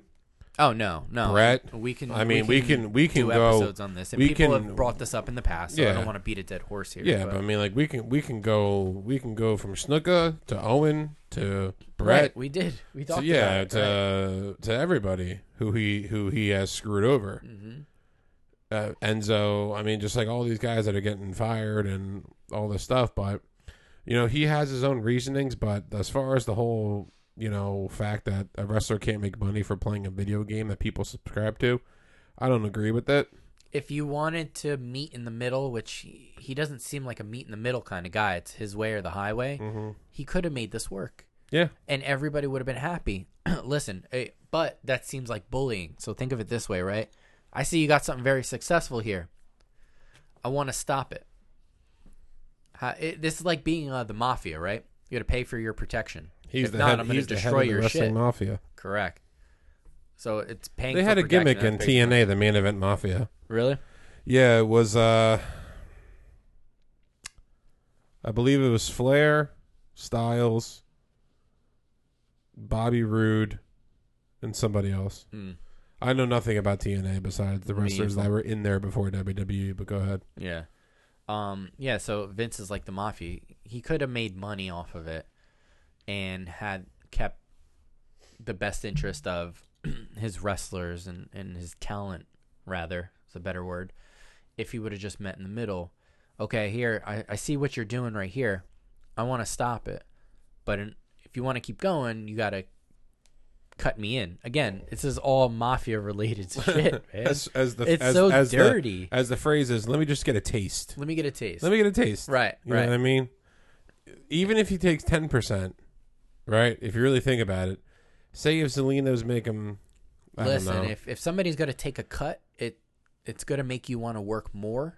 Oh no, no, Brett, We can. I mean, we can- we can do go- episodes on this, and we people can- have brought this up in the past. So I Yeah. don't want to beat a dead horse here. Yeah, but, I mean, like we can we can go we can go from Snuka to Owen to Brett. right, we did. We to, talked. yeah, uh, about it, right? to to everybody who he who he has screwed over. Mm-hmm. Uh, Enzo, I mean, just like all these guys that are getting fired and all this stuff, but you know he has his own reasonings. But as far as the whole you know fact that a wrestler can't make money for playing a video game that people subscribe to, I don't agree with that. if you wanted to meet in the middle, which he, he doesn't seem like a meet in the middle kind of guy, it's his way or the highway. Mm-hmm. He could have made this work, Yeah, and everybody would have been happy. (clears throat) Listen, eh, but that seems like bullying. So think of it this way, right? I see you got something very successful here. I want to stop it. How, it. This is like being uh, the mafia, right? You got to pay for your protection. he's if the not, head. I'm going he's to the head destroy of the your wrestling shit. mafia. Correct. So it's paying. They for had a protection. gimmick in That's big- TNA, the main event mafia. Really? Yeah, it was uh I believe it was Flair, Styles, Bobby Roode, and somebody else. Mm. I know nothing about TNA besides the Me wrestlers either. that were in there before WWE, but go ahead. Yeah. Um, yeah, so Vince is like the mafia. He could have made money off of it and had kept the best interest of (clears throat) his wrestlers and, and his talent, rather, is a better word, if he would have just met in the middle. Okay, here, I, I see what you're doing right here. I want to stop it. But in, if you want to keep going, you got to cut me in. Again, this is all mafia related (laughs) shit, man. As as the It's as, so as the- dirty. as the phrase is, let me just get a taste. Let me get a taste. Let me get a taste. Right, You right. know what I mean? Even if he takes ten percent, right? If you really think about it, say if Zelino's make him I don't Listen, know. if if somebody's gonna take a cut, it it's gonna make you want to work more,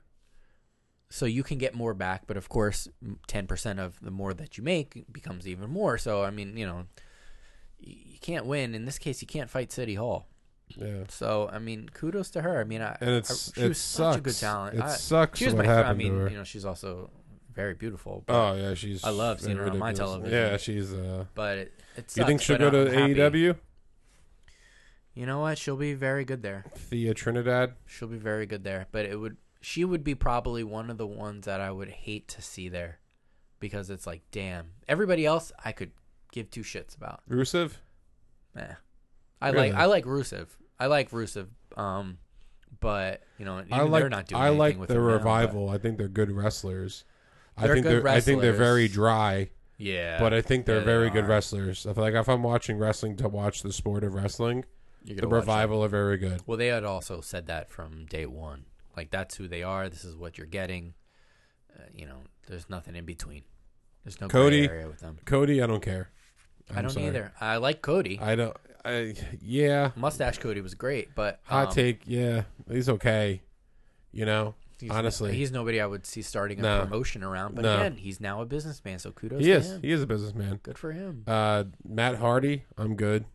so you can get more back. But of course, ten percent of the more that you make becomes even more. So I mean, you know, y- you can't win in this case. You can't fight City Hall. yeah. So I mean, kudos to her. I mean, I, And it's- I, she it was such a good sucks. talent. It I, sucks She was what my. fr- I happened to mean, her. you know, she's also very beautiful. But, Oh yeah, she's. I love seeing her on my television. Yeah, she's. uh but it, it sucks, You think she'll but go to E I'm happy. AEW? You know what? She'll be very good there. Thea Trinidad. She'll be very good there, but it would she would be probably one of the ones that I would hate to see there because it's like damn. Everybody else I could give two shits about. Rusev. Eh. I Really? like I like Rusev. I like Rusev um but you know, even I they're like. not doing I anything like with the him now, revival. I think they're good wrestlers. I They're think good they're. I think they're very wrestlers. dry, but- yeah. but I think they're Yeah, they very good are. wrestlers. I feel like if I'm watching wrestling to watch the sport of wrestling, You're the gonna watch them. revival are very good. Well, they had also said that from day 1. Like that's who they are. This is what you're getting. Uh, you know, there's nothing in between. There's no Cody- gray area with them. Cody, I don't care. I'm I don't sorry. either. I like Cody. I don't. I yeah. Mustache Cody was great, but Hot um, take. Yeah, he's okay. You know, he's- honestly, he's nobody I would see starting a No. promotion around. But No. again, he's now a businessman, so kudos he to is. him. He is a businessman. Good for him. Uh, Matt Hardy, I'm good.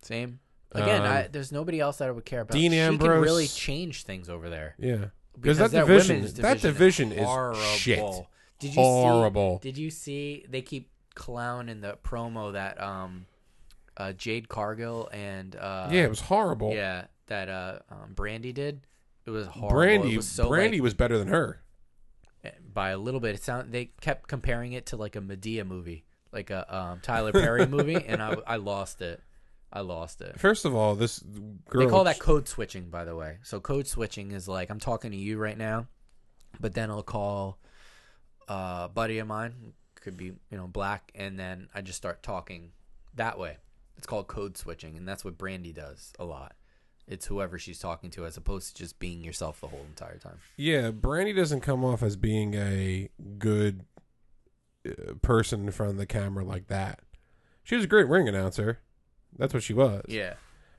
Same. Again, Um, I, there's nobody else that I would care about. Dean she can Ambrose. really change things over there Yeah, because Because that, division, women's that division is horrible. shit. Did you Horrible. See, did you see? They keep clown in the promo that um, uh, Jade Cargill and uh, yeah, it was horrible. yeah, that uh, um, Brandy did. It was horrible. Brandy, it was so like, Brandy was better than her. by a little bit. It sound they kept comparing it to like a Medea movie, like a um, Tyler (laughs) Perry movie, and I, I lost it. I lost it. First of all, this girl. They call that code switching, by the way. So code switching is like I'm talking to you right now, but then I'll call uh, a buddy of mine, could be you know black, and then I just start talking that way. It's called code switching, and that's what Brandy does a lot. It's whoever she's talking to, as opposed to just being yourself the whole entire time. yeah, Brandy doesn't come off as being a good uh, person in front of the camera like that. She was a great ring announcer. That's what she was. Yeah,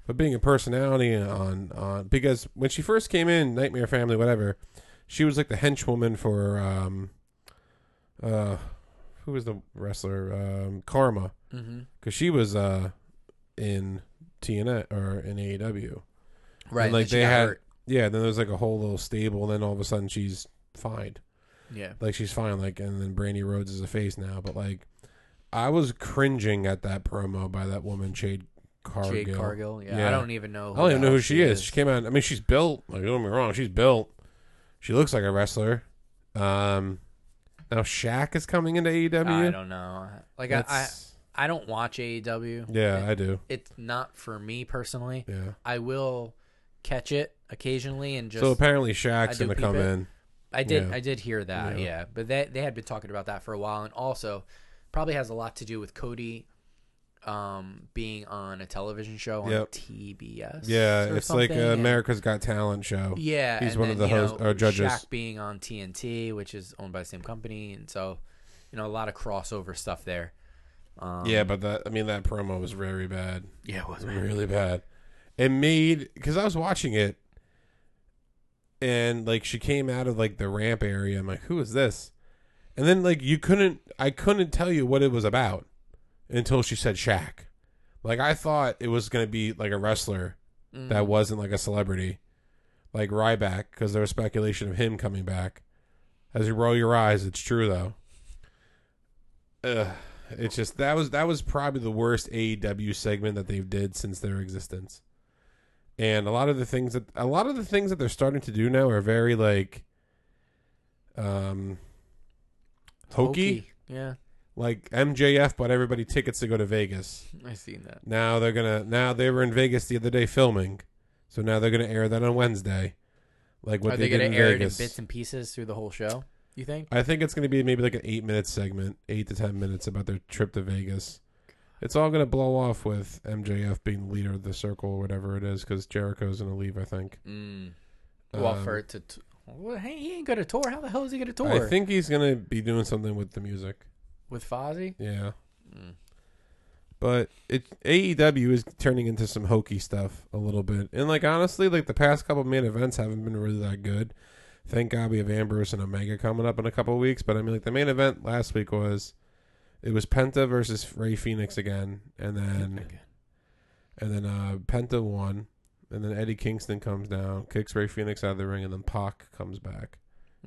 but being a personality on on because when she first came in Nightmare Family whatever, she was like the henchwoman for um, uh, who was the wrestler? Um, Karma, Mm-hmm. because she was uh in TNA or in AEW. Right. like, then she they got had- hurt. Yeah, then there's like a whole little stable, and then all of a sudden she's fine. Yeah. Like she's fine. Like and then Brandy Rhodes is a face now, but like I was cringing at that promo by that woman Jade Cargill. Jade Cargill. Yeah. Yeah. I don't even know. I don't even the know who hell she is. She came out. I mean, she's built. Like, don't get me wrong. She's built. She looks like a wrestler. Um, now Shaq is coming into AEW. I don't know. Like I, I, That's- I don't watch AEW. yeah, I do. It's not for me personally. Yeah. I will catch it occasionally and just so apparently Shaq's I do gonna peep come it. in. I did Yeah. I did hear that, Yeah. yeah. But they they had been talking about that for a while and also probably has a lot to do with Cody um being on a television show on Yep. TBS. Yeah, or it's like something, uh, and- America's Got Talent show. Yeah, He's and one of then, the you host- know, or judges. Shaq being on TNT, which is owned by the same company, and so you know a lot of crossover stuff there. Um, mm, Yeah, but that I mean that promo was very bad. yeah, it was It was really bad. It made because I was watching it, and like she came out of like the ramp area. I'm like, who is this? And then like you couldn't, I couldn't tell you what it was about until she said Shaq. Like I thought it was gonna be like a wrestler Mhm. that wasn't like a celebrity, like Ryback, because there was speculation of him coming back. As you roll your eyes, it's true though. Ugh, it's just that was that was probably the worst AEW segment that they've did since their existence. And a lot of the things that a lot of the things that they're starting to do now are very like, um, hokey, Hokey. Yeah, like MJF bought everybody tickets to go to Vegas. I seen that. Now they're gonna. Now they were in Vegas the other day filming, so now they're gonna air that on Wednesday. Like what Are they, they, going did to in air Vegas. it in bits and pieces through the whole show? You think? I think it's gonna be maybe like an eight-minute segment, eight to ten minutes about their trip to Vegas. It's all gonna blow off with MJF being the leader of the circle or whatever it is, because Jericho's gonna leave. I think. Mm. Well, Um, for it to, t- well, hey, he ain't going to tour. How the hell is he going to tour? I think he's gonna be doing something with the music. with Fozzy. Yeah, Mm. but it AEW is turning into some hokey stuff a little bit, and like honestly, like the past couple main events haven't been really that good. Thank God we have Ambrose and Omega coming up in a couple of weeks, but I mean, like the main event last week was it was Penta versus Ray Phoenix again, and then Mm. and then uh Penta won, and then Eddie Kingston comes down, kicks Ray Phoenix out of the ring, and then Pac comes back,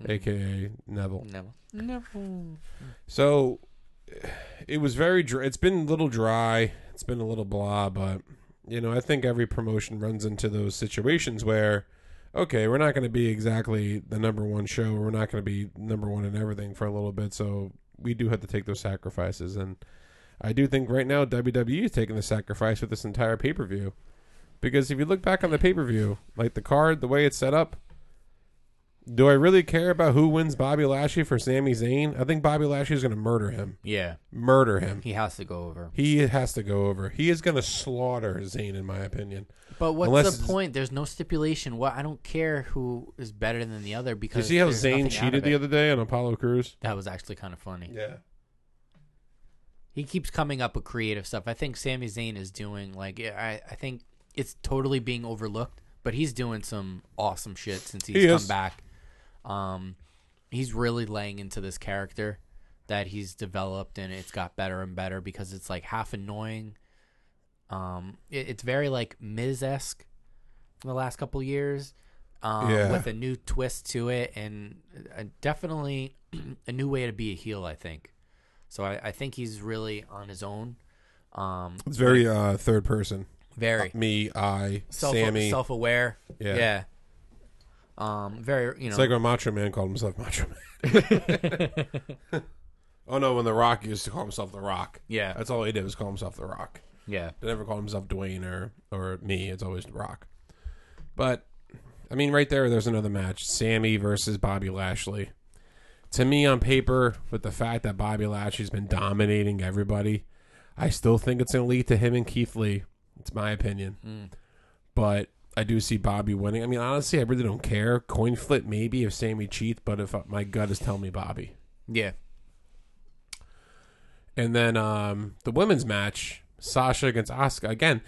Mm. aka Neville. Neville. Neville. So (sighs) it was very dry. It's been a little dry. It's been a little blah, but you know, I think every promotion runs into those situations where okay, we're not going to be exactly the number 1 show. We're not going to be number 1 in everything for a little bit, so we do have to take those sacrifices and I do think right now WWE is taking the sacrifice with this entire pay-per-view. Because if you look back on the pay-per-view, like the card, the way it's set up, do I really care about who wins Bobby Lashley for Sami Zayn? I think Bobby Lashley is going to murder him. Yeah, Murder him. he has to go over. He has to go over. He is going to slaughter Zayn, in my opinion. But what's Unless the it's- point? There's no stipulation. What I don't care who is better than the other You because see how there's Zayn nothing out cheated of the it. other day on Apollo Crews? That was actually kind of funny. Yeah. He keeps coming up with creative stuff. I think Sami Zayn is doing like I I think it's totally being overlooked, but he's doing some awesome shit since he's He come is. back. Um, he's really laying into this character that he's developed, and it's got better and better because it's like half annoying. Um, it, it's very like Miz esque in the last couple years, um, Yeah. with a new twist to it, and uh definitely (clears throat) a new way to be a heel. I think. So I, I think he's really on his own. Um, It's very uh, third person. very Me, I, self Uh, Sammy. self aware. Yeah. Yeah. Um, very you know It's like when Macho Man called himself Macho Man. (laughs) (laughs) oh, no, when The Rock used to call himself The Rock. yeah That's all he did was call himself The Rock. yeah They never call himself Dwayne or or me. It's always The Rock. But I mean, right there, there's another match: Sammy versus Bobby Lashley. To me, on paper, with the fact that Bobby Lashley's been dominating everybody, I still think it's going to lead to him and Keith Lee. It's my opinion, Mm. but I do see Bobby winning. I mean, honestly, I really don't care. Coin flip, maybe if Sammy cheats, but if uh, my gut is telling me Bobby. yeah And then um, the women's match, Sasha against Asuka. Again,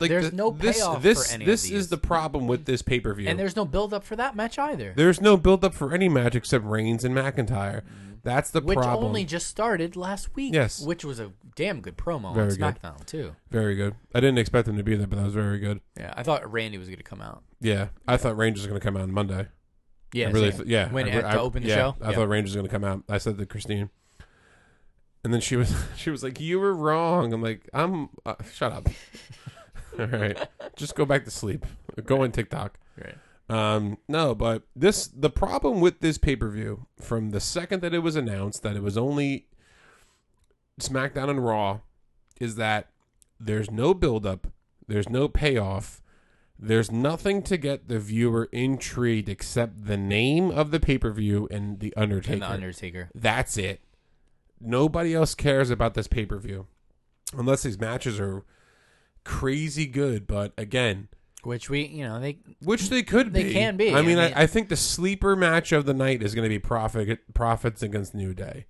like There's the- no this, payoff for this, any of This these. is the problem with this pay per view. and there's no build up for that match either, There's no build up for any match except Reigns and McIntyre. That's the Mm-hmm. which problem. only just started last week. Yes. which was a damn good promo Very on good. SmackDown too. Very good. I didn't expect them to be there, but that was very good. Yeah, I thought Randy was going to come out. Yeah, I thought Reigns was going to come out on Monday. Yeah, I really, same. th- yeah. When I, it- re- to I- open the yeah, show, I Yeah. thought Reigns was going to come out. I said to Christine, and then she was, (laughs) she was like, "You were wrong." I'm like, "I'm uh, shut up." (laughs) All right, just go back to sleep. Go on TikTok. Right. Um, no, but this the problem with this pay per view from the second that it was announced that it was only SmackDown and Raw is that there's no build up, there's no payoff, there's nothing to get the viewer intrigued except the name of the pay per view and the Undertaker. and the Undertaker. That's it. Nobody else cares about this pay per view unless these matches are crazy good. But again, Which we, you know, they which they could They be. can be. I mean, I I, mean- I think the sleeper match of the night is going to be profit profits against New Day.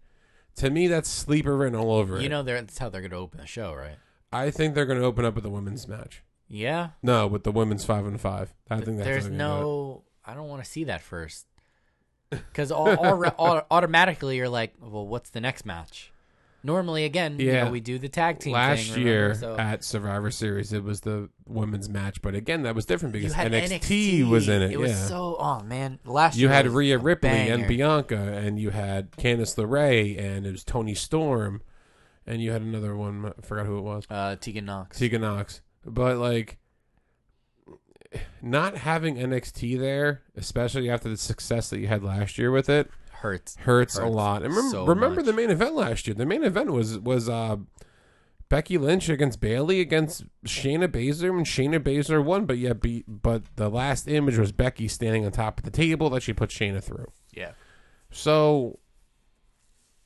To me, that's sleeper written all over it. You know, they're, that's how they're going to open the show, right? I think they're going to open up with the women's match. Yeah. No, with the women's five and five. I think that's There's how they're gonna do it. no. I don't want to see that first. Because (laughs) all, all, all, automatically you're like, well, what's the next match? Normally, again, you Yeah. know, we do the tag team Last thing, remember? year uh, So at Survivor Series, it was the women's match, but again, that was different you because had NXT, NXT, was in it. It yeah, was so. Oh man, last you year had was Rhea a Ripley banger. and Bianca, and you had Candice LeRae, and it was Tony Storm, and you had another one. I forgot who it was. Uh, Tegan Knox. Tegan Knox. But like not having NXT there, especially after the success that you had last year with it, Hurts. hurts, a Hurts lot. And remember, so remember much. the main event last year. The main event was was uh, Becky Lynch against Bailey against Shayna Baszler, and Shayna Baszler won. But yeah, be, but the last image was Becky standing on top of the table that she put Shayna through. Yeah. So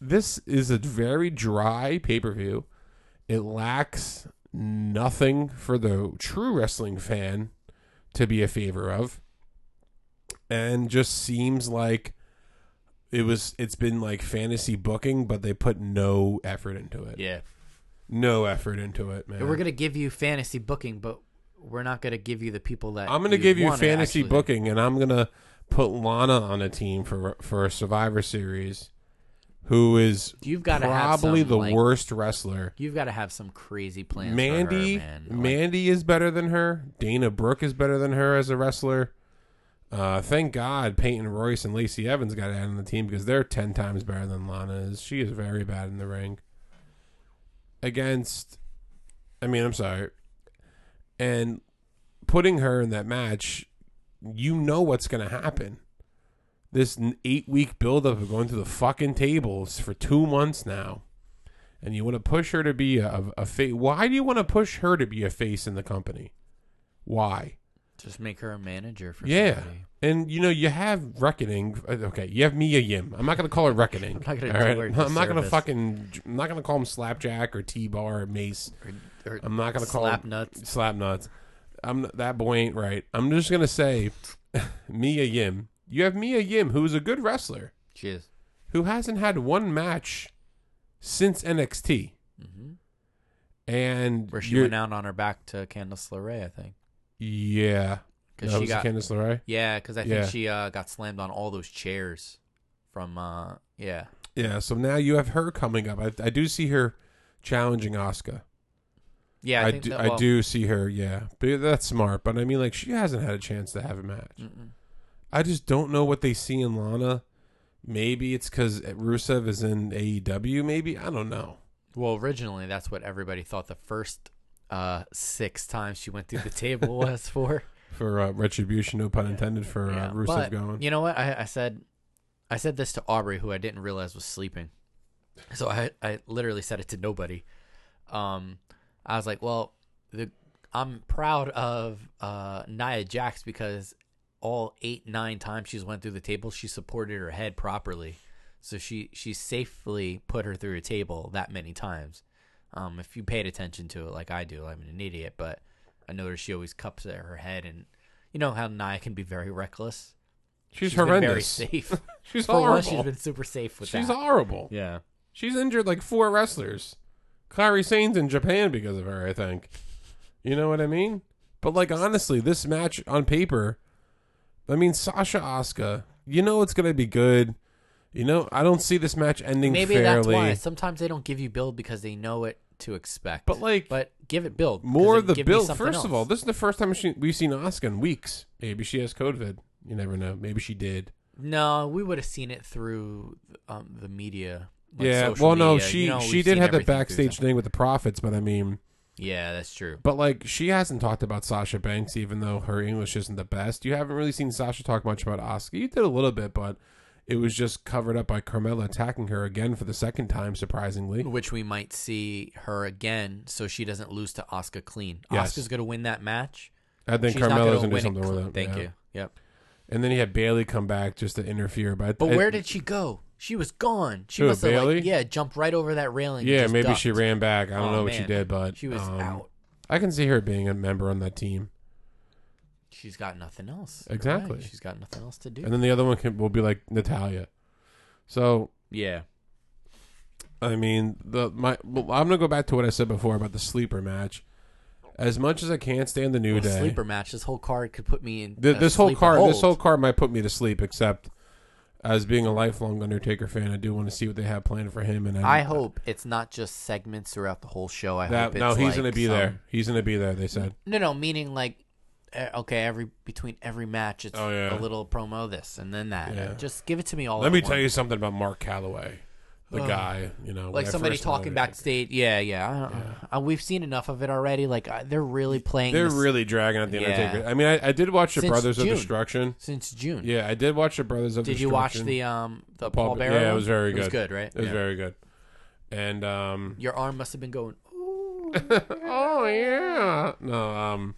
this is a very dry pay per view. It lacks nothing for the true wrestling fan to be a favor of. And just seems like it was it's been like fantasy booking, but they put no effort into it. Yeah. No effort into it, man. And We're gonna give you fantasy booking, but we're not gonna give you the people that I'm going to give you wanna fantasy actually- booking, and I'm going to put Lana on a team for for a Survivor Series, who is You've got to have probably some, the like, worst wrestler. You've got to have some crazy plans. for her, Mandy, man. Like, Mandy is better than her. Dana Brooke is better than her as a wrestler. Uh, thank God Peyton Royce and Lacey Evans got added on the team because they're ten times better than Lana is. She is very bad in the ring. Against, I mean, I'm sorry, and putting her in that match, you know what's going to happen. This eight week buildup of going through the fucking tables for two months now and you want to push her to be a, a, face. Why do you want to push her to be a face in the company? Why? just make her a manager for yeah. somebody. And you know you have reckoning. uh, Okay, you have Mia Yim. I'm not gonna call her reckoning. (laughs) I'm not gonna all do right? (laughs) her I'm not gonna disservice. fucking. I'm not gonna call him slapjack or T-bar or Mace. Or, or I'm not gonna call slap him nuts. slap nuts. I'm that boy ain't right. I'm just gonna say (laughs) Mia Yim. You have Mia Yim, who is a good wrestler, She is. who hasn't had one match since NXT, hmm and Where she you're- went out on her back to Candice LeRae, I think, Yeah. because That she was got Candice LeRae. yeah, because I think Yeah. she uh, got slammed on all those chairs from uh, yeah. Yeah, so now you have her coming up. I, I do see her challenging Oscar. Yeah, I, I, think do, that, I well, do see her. Yeah, but that's smart. But I mean, like she hasn't had a chance to have a match. mm-mm. I just don't know what they see in Lana. Maybe it's because Rusev is in AEW. Maybe I don't know. Well, originally that's what everybody thought the first uh, six times she went through the table (laughs) was for. For uh, retribution, no pun intended. For Yeah, uh, Rusev but going. You know what? I, I said, I said this to Aubrey, who I didn't realize was sleeping. So I, I literally said it to nobody. Um, I was like, well, the I'm proud of uh, Nia Jax because all eight, nine times she's went through the table, she supported her head properly. So she she safely put her through a table that many times. Um, if you paid attention to it like I do, I'm an idiot, but I noticed she always cups at her head, and you know how Nia can be very reckless. She's, been horrendous. very safe. (laughs) She's For horrible. once, she's she's been super safe with that. horrible. yeah. She's injured like four wrestlers. Kyrie Sane's in Japan because of her, I think. You know what I mean? But like honestly, this match on paper, I mean Sasha Asuka, you know it's gonna be good. You know, I don't see this match ending Maybe that's fairly. why. Sometimes they don't give you build because they know what to expect. But, like, but give it build. 'cause More it of the give me build. something First of else. all, this is the first time she, we've seen Asuka in weeks. Maybe she has COVID. You never know. Maybe she did. no, we would have seen it through um, the media. like yeah. social Well, no, media. she You know, she we've did seen have that everything through backstage them. thing with the profits, but I mean, Yeah, that's true. But like she hasn't talked about Sasha Banks, even though her English isn't the best. You haven't really seen Sasha talk much about Asuka. You did a little bit, but it was just covered up by Carmella attacking her again for the second time, surprisingly. Which we might see her again, so she doesn't lose to Oscar clean. Yes. Oscar's gonna win that match. I think She's not gonna Carmella's gonna do win it something cl- with it. Thank yeah. you. Yep. And then you had Bailey come back just to interfere, but But I- where did she go? She was gone. She Who, must have Bailey? like yeah, jumped right over that railing. and yeah just maybe she ducked. ran back. I don't Oh, know what she man. did, but She was um, out. I can see her being a member on that team. She's got nothing else. You're right. Exactly. She's got nothing else to do. And then the other one can, will be like Natalia. So yeah. I mean, the my well, I'm gonna go back to what I said before about the sleeper match. As much as I can't stand the new Well, day, Sleeper match. This whole card could put me in. th- a this whole sleeper card, this hold. whole card might put me to sleep. Except as being a lifelong Undertaker fan, I do want to see what they have planned for him. And I hope it's not just segments throughout the whole show. I that hope it's no, he's like gonna be some- there. He's gonna be there. They said No, no, meaning like eh, okay, every between every match, it's Oh, yeah. a little promo of this and then that. Yeah. Just give it to me all. Let at me once. tell you something about Mark Calloway, the guy. You know, when Like I somebody first met talking him, backstage, yeah, yeah. I don't- uh, we've seen enough of it already. Like uh, they're really playing. They're this really dragging at the Yeah. Undertaker. I mean, I, I did watch the Since Brothers June. of Destruction. since June. Yeah, I did watch the Brothers of Did you Destruction. watch the um the Paul, Bearer? Yeah, it one? was very good. It was good, right? It was Yeah. very good. And um Your arm must have been going. Oh yeah. No, um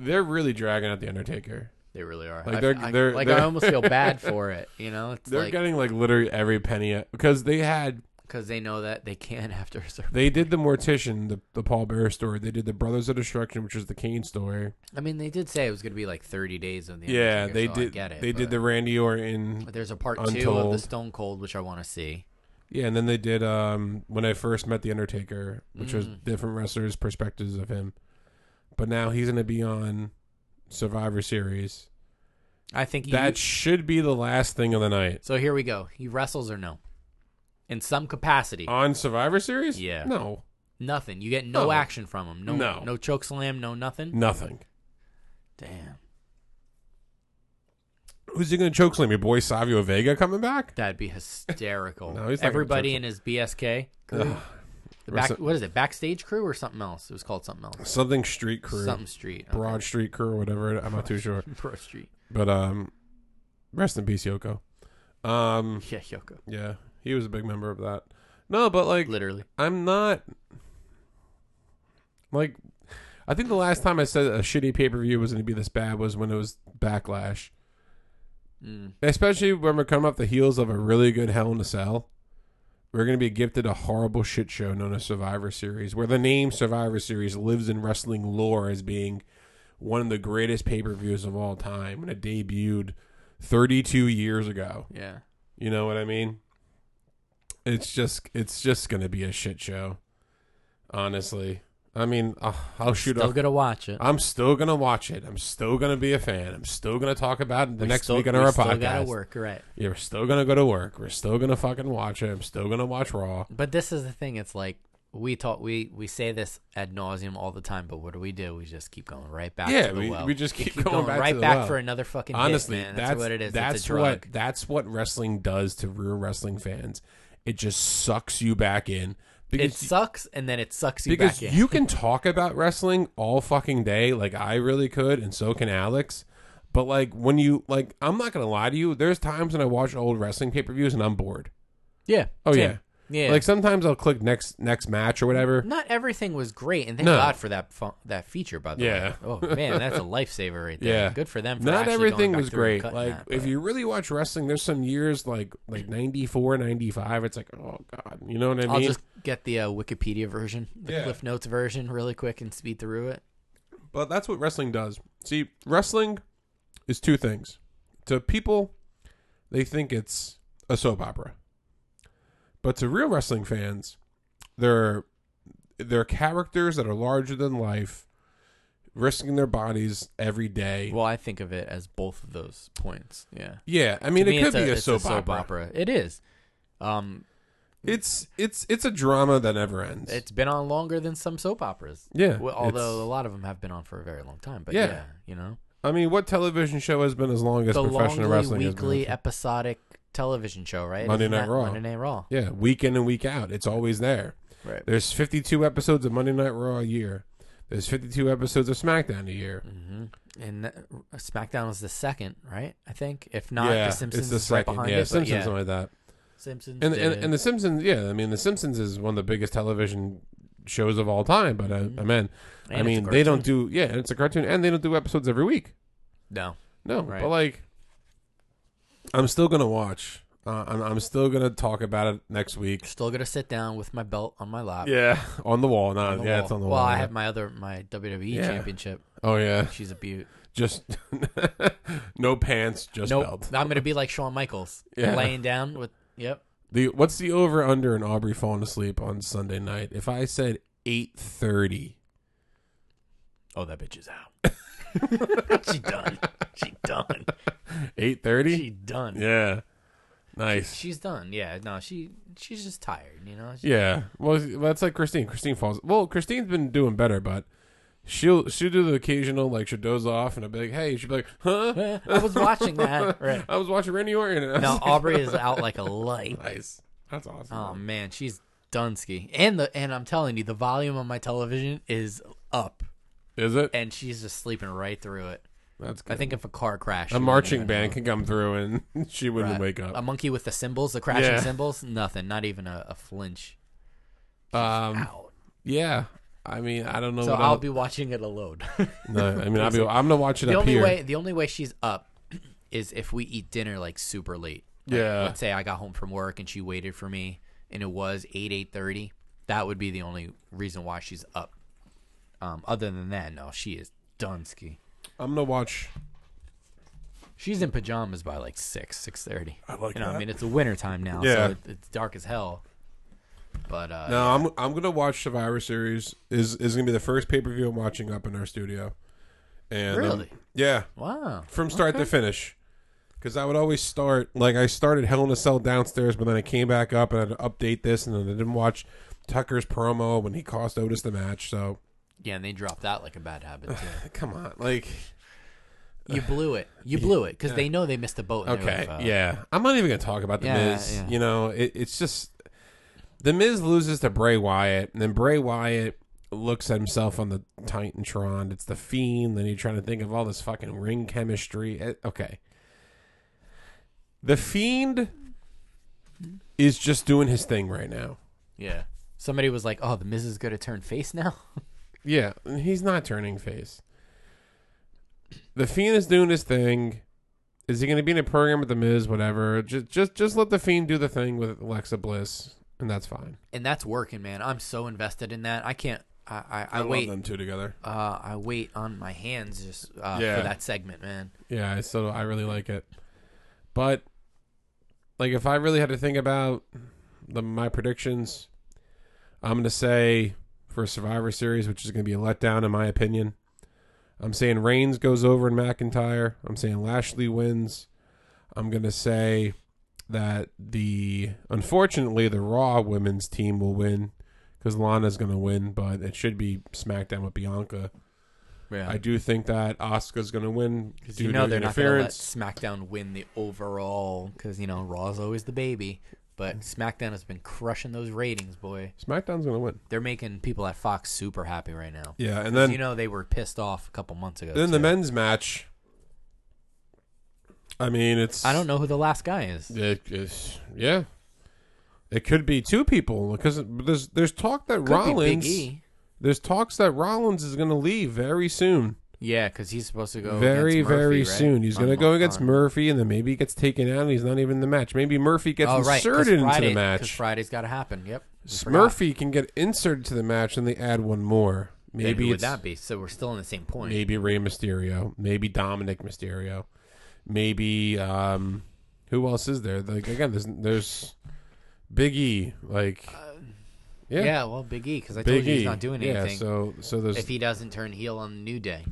they're really dragging out the Undertaker. They really are. Like, I, they're- I- they're- like they're- I (laughs) almost feel bad for it. You know, it's They're like getting like literally every penny because they had because they know that they can (laughs) after a certain. they did the Mortician, the the Paul Bearer story. They did the Brothers of Destruction, which was the Kane story. I mean, they did say it was going to be like 30 days of the. Yeah, Undertaker, they so I did. get it. they did but- the Randy Orton. But there's a part two of the Untold. Stone Cold, which I want to see. Yeah, and then they did um when I first met the Undertaker, which was Mm. different wrestlers' perspectives of him. But now he's gonna be on Survivor Series. I think he, That should be the last thing of the night. So here we go. He wrestles or no, in some capacity. On Survivor Series? Yeah. No. nothing. You get no no. action from him. No, No. no, choke slam. No nothing. Nothing. Damn, Who's he gonna choke slam? Your boy Savio Vega coming back? that'd be hysterical. (laughs) No, he's not gonna Everybody choke in his BSK. Crew, Ugh. the back, Wrestle- what is it? Backstage crew or something else? It was called something else. Something street crew. Something street. okay. Broad Street crew or whatever. I'm not too (laughs) sure. (laughs) Broad street. But um rest in peace, Yoko. Um Yeah, Yoko. yeah, he was a big member of that. No, but like Literally. I'm not like I think the last time I said a shitty pay per view was gonna be this bad was when it was backlash. Mm. especially when we're coming off the heels of a really good Hell in a Cell, we're going to be gifted a horrible shit show known as Survivor Series, where the name Survivor Series lives in wrestling lore as being one of the greatest pay per views of all time when it debuted 32 years ago. Yeah. You know what I mean? It's just it's just going to be a shit show, honestly. I mean, uh, I'll shoot Still off. gonna watch it. I'm still gonna watch it. I'm still gonna be a fan. I'm still gonna talk about it the We next still- week on we our still podcast. gotta work, right? Yeah, we're still gonna go to work. We're still gonna fucking watch it. I'm still gonna watch Raw. But this is the thing. It's like we talk, we we say this ad nauseum all the time. But what do we do? We just keep going right back. Yeah, to the we- well. we just keep going back right to the back well. for another fucking. hit, Honestly, man. that's, That's, what it is. That's it's a drug. what that's what wrestling does to real wrestling fans. It just sucks you back in it because sucks, and then it sucks you because back in. you can talk about wrestling all fucking day, like I really could, and so can Alex. But like when you like, I'm not gonna lie to you. There's times when I watch old wrestling pay per views and I'm bored. yeah. Oh Tim. yeah, Yeah. Like sometimes I'll click next next match or whatever. not everything was great, and thank No. God for that fu- that feature. By the Yeah. way, oh man, that's a lifesaver right there. Yeah. good for them. For not actually everything going back was through great and cutting like that, if but- you really watch wrestling there's some years like like 94 95 it's like oh god you know what i I'll mean just get the uh, Wikipedia version, the Yeah. Cliff Notes version, really quick and speed through it. but that's what wrestling does see wrestling is two things to people they think it's a soap opera but to real wrestling fans they're they're characters that are larger than life, risking their bodies every day. Well, I think of it as both of those points. Yeah. yeah, I mean, To it me, could it's be a, it's soap, opera. It is. Um, It's it's it's a drama that never ends. it's been on longer than some soap operas. yeah, Well, although a it's- lot of them have been on for a very long time. But Yeah. yeah, you know, I mean, what television show has been as long as the professional longly wrestling? has been? weekly episodic television show, right? Monday Isn't Night that Raw. Monday Night Raw. yeah, week in and week out, it's always there. Right. There's 52 episodes of Monday Night Raw a year. There's 52 episodes of SmackDown a year. hmm And that, SmackDown was the second, right? I think, if not, yeah, the Simpsons it's the is second. right behind yeah, it. but Simpsons, yeah, something like that. Simpsons. And, and did. and the Simpsons, yeah, I mean, the Simpsons is one of the biggest television shows of all time. But uh, I, Mhm. I mean, And I it's a mean, they don't cartoon. do yeah, and it's a cartoon, and they don't do episodes every week. no. No, Right. but like, I'm still gonna watch. Uh, I'm, I'm still gonna talk about it next week. Still gonna sit down with my belt on my lap. Yeah, on the wall. Uh, on No, the yeah, wall. it's on the well, wall. I yeah. have my other my WWE Yeah. championship. oh yeah, (laughs) She's a beaut. just (laughs) no pants, just Nope. belt. I'm gonna be like Shawn Michaels, Yeah. laying down with. Yep. The what's the over under in Aubrey falling asleep on Sunday night? If I said eight thirty, Oh, that bitch is out. (laughs) (laughs) she done. She done. eight thirty, She done. yeah, nice, She's done. Yeah. No, she she's just tired. You know. She, yeah. Well, that's like Christine. Christine falls. Well, Christine's been doing better, but she'll she'll do the occasional like she'll doze off, and I'll be like, hey, she'll be like, huh? eh, I was watching (laughs) that. Right. I was watching Randy Orton. And I was Now like, Aubrey is out like a light. nice. That's awesome. Oh man, she's dunsky. And the and I'm telling you, the volume on my television is up, Is it? and she's just sleeping right through it. That's good. eh, I think if a car crashed, a she wouldn't marching even band can come through, and (laughs) she know. wouldn't Right. Um, wake up. A monkey with the cymbals, the crashing Yeah. cymbals, nothing, not even a, a flinch. Um, Out. yeah. I mean, I don't know. So what I'll else- be watching (laughs) it alone. No, I (laughs) mean, I'll be, I'm gonna watch it the up only here. way the only way she's up is if we eat dinner like super late. Like, Yeah. Let's say I got home from work and she waited for me, and it was eight eight thirty. That would be the only reason why she's up. Um, other than that, no, she is dunsky. I'm gonna watch. She's in pajamas by like six six thirty. I like You know, I mean, it's the winter time now, Yeah. so it, it's dark as hell. But uh, no, I'm I'm gonna watch Survivor Series. is is gonna be the first pay per view I'm watching up in our studio. And um, Really? yeah, wow, from start to finish. Because I would always start like I started Hell in a Cell downstairs, but then I came back up and I'd update this, and then I didn't watch Tucker's promo when he cost Otis the match. So yeah, and they dropped that like a bad (laughs) habit too. come on, like you blew it, you blew it, because they know they missed the boat. and they're okay, like, uh, yeah, I'm not even gonna talk about the Yeah, Miz. yeah. You know, it, it's just the Miz loses to Bray Wyatt, and then Bray Wyatt looks at himself on the Titantron. It's the Fiend. Then you're trying to think of all this fucking ring chemistry. Eh, okay, the Fiend is just doing his thing right now. Yeah. Somebody was like, "Oh, the Miz is going to turn face now." (laughs) Yeah, and he's not turning face. The Fiend is doing his thing. Is he going to be in a program with the Miz? Whatever. Just, just, just let the Fiend do the thing with Alexa Bliss, and that's fine. and that's working, man. I'm so invested in that. I can't. I I, I, wait. them two together. Uh, I wait on my hands just uh, Yeah. for that segment, man. Yeah, I still, I really like it. But, like, if I really had to think about the my predictions, I'm going to say for Survivor Series, which is going to be a letdown in my opinion. I'm saying Reigns goes over in McIntyre. I'm saying Lashley wins. I'm going to say that the unfortunately the Raw women's team will win because Lana's going to win, but it should be SmackDown with Bianca. Yeah. I do think that Asuka's going to win Because due you know to they're not going to let interference. SmackDown win the overall because you know Raw's always the baby, Mm. but SmackDown has been crushing those ratings, boy. SmackDown's going to win. They're making people at Fox super happy right now. Yeah, and then you know they were pissed off a couple months ago. then the too. men's match. I mean, it's I don't know who the last guy is. It, it's, yeah, it could be two people because there's there's talk that Could be Big Rollins E. there's talks that Rollins is going to leave very soon, Yeah, because he's supposed to go very against Murphy, very right? soon. He's going to On- go against on- Murphy, and then maybe he gets taken out, and he's not even in the match. Maybe Murphy gets Oh, right, 'cause inserted into Friday- the 'cause match. Friday's got to happen. Yep. I forgot. Murphy can get inserted to the match, and they add one more. Then Maybe who would it's- that be? So we're still on the same point. Maybe Rey Mysterio. Maybe Dominic Mysterio. Maybe um, who else is there? Like again, there's there's Big E. Like Yeah, Yeah. well, Big E, because I told Big you E. Uh, he's not doing anything Yeah, so so there's if he doesn't turn heel on New Day,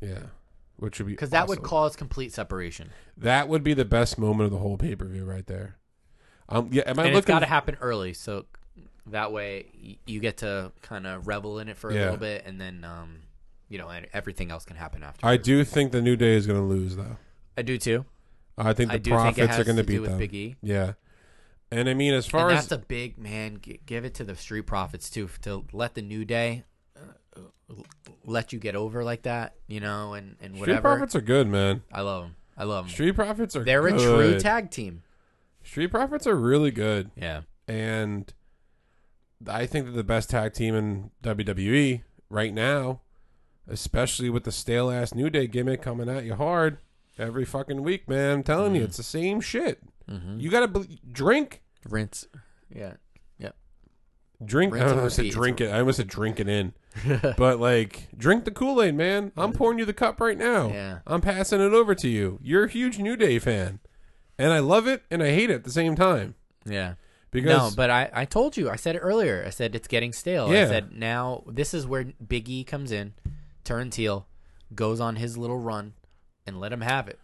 yeah, which would be because that would awesome. cause complete separation. that would be the best moment of the whole pay per view right there. Um, yeah, am I and it's looking? got to happen early, so that way y- you get to kind of revel in it for a Yeah. little bit, and then um, you know, and everything else can happen after. I do think the New Day is going to lose though. I do too. I think the I do profits think it has are going to to do beat with them. Big E. Yeah, and I mean as far and as that's a big man. G- give it to the street profits too f- to let the new day uh, l- let you get over like that, you know, and and Street whatever. Profits are good, man. I love them. I love them. Street Profits are They're good. a true tag team. Street Profits are really good, Yeah, and I think they're the best tag team in WWE right now, especially with the stale ass New Day gimmick coming at you hard every fucking week, man. I'm telling Mm-hmm. you, it's the same shit. Mhm. You gotta bel- drink, rinse. (laughs) Yeah, drink. Rinse I and almost said repeat. drink it. I almost said drink it in, but like drink the Kool Aid, man. I'm pouring you the cup right now. Yeah. I'm passing it over to you. You're a huge New Day fan, and I love it and I hate it at the same time yeah. because no, but I, I told you. I said it earlier. I said it's getting stale. I Yeah. said now this is where Big E comes in, turns heel, goes on his little run, and let him have it.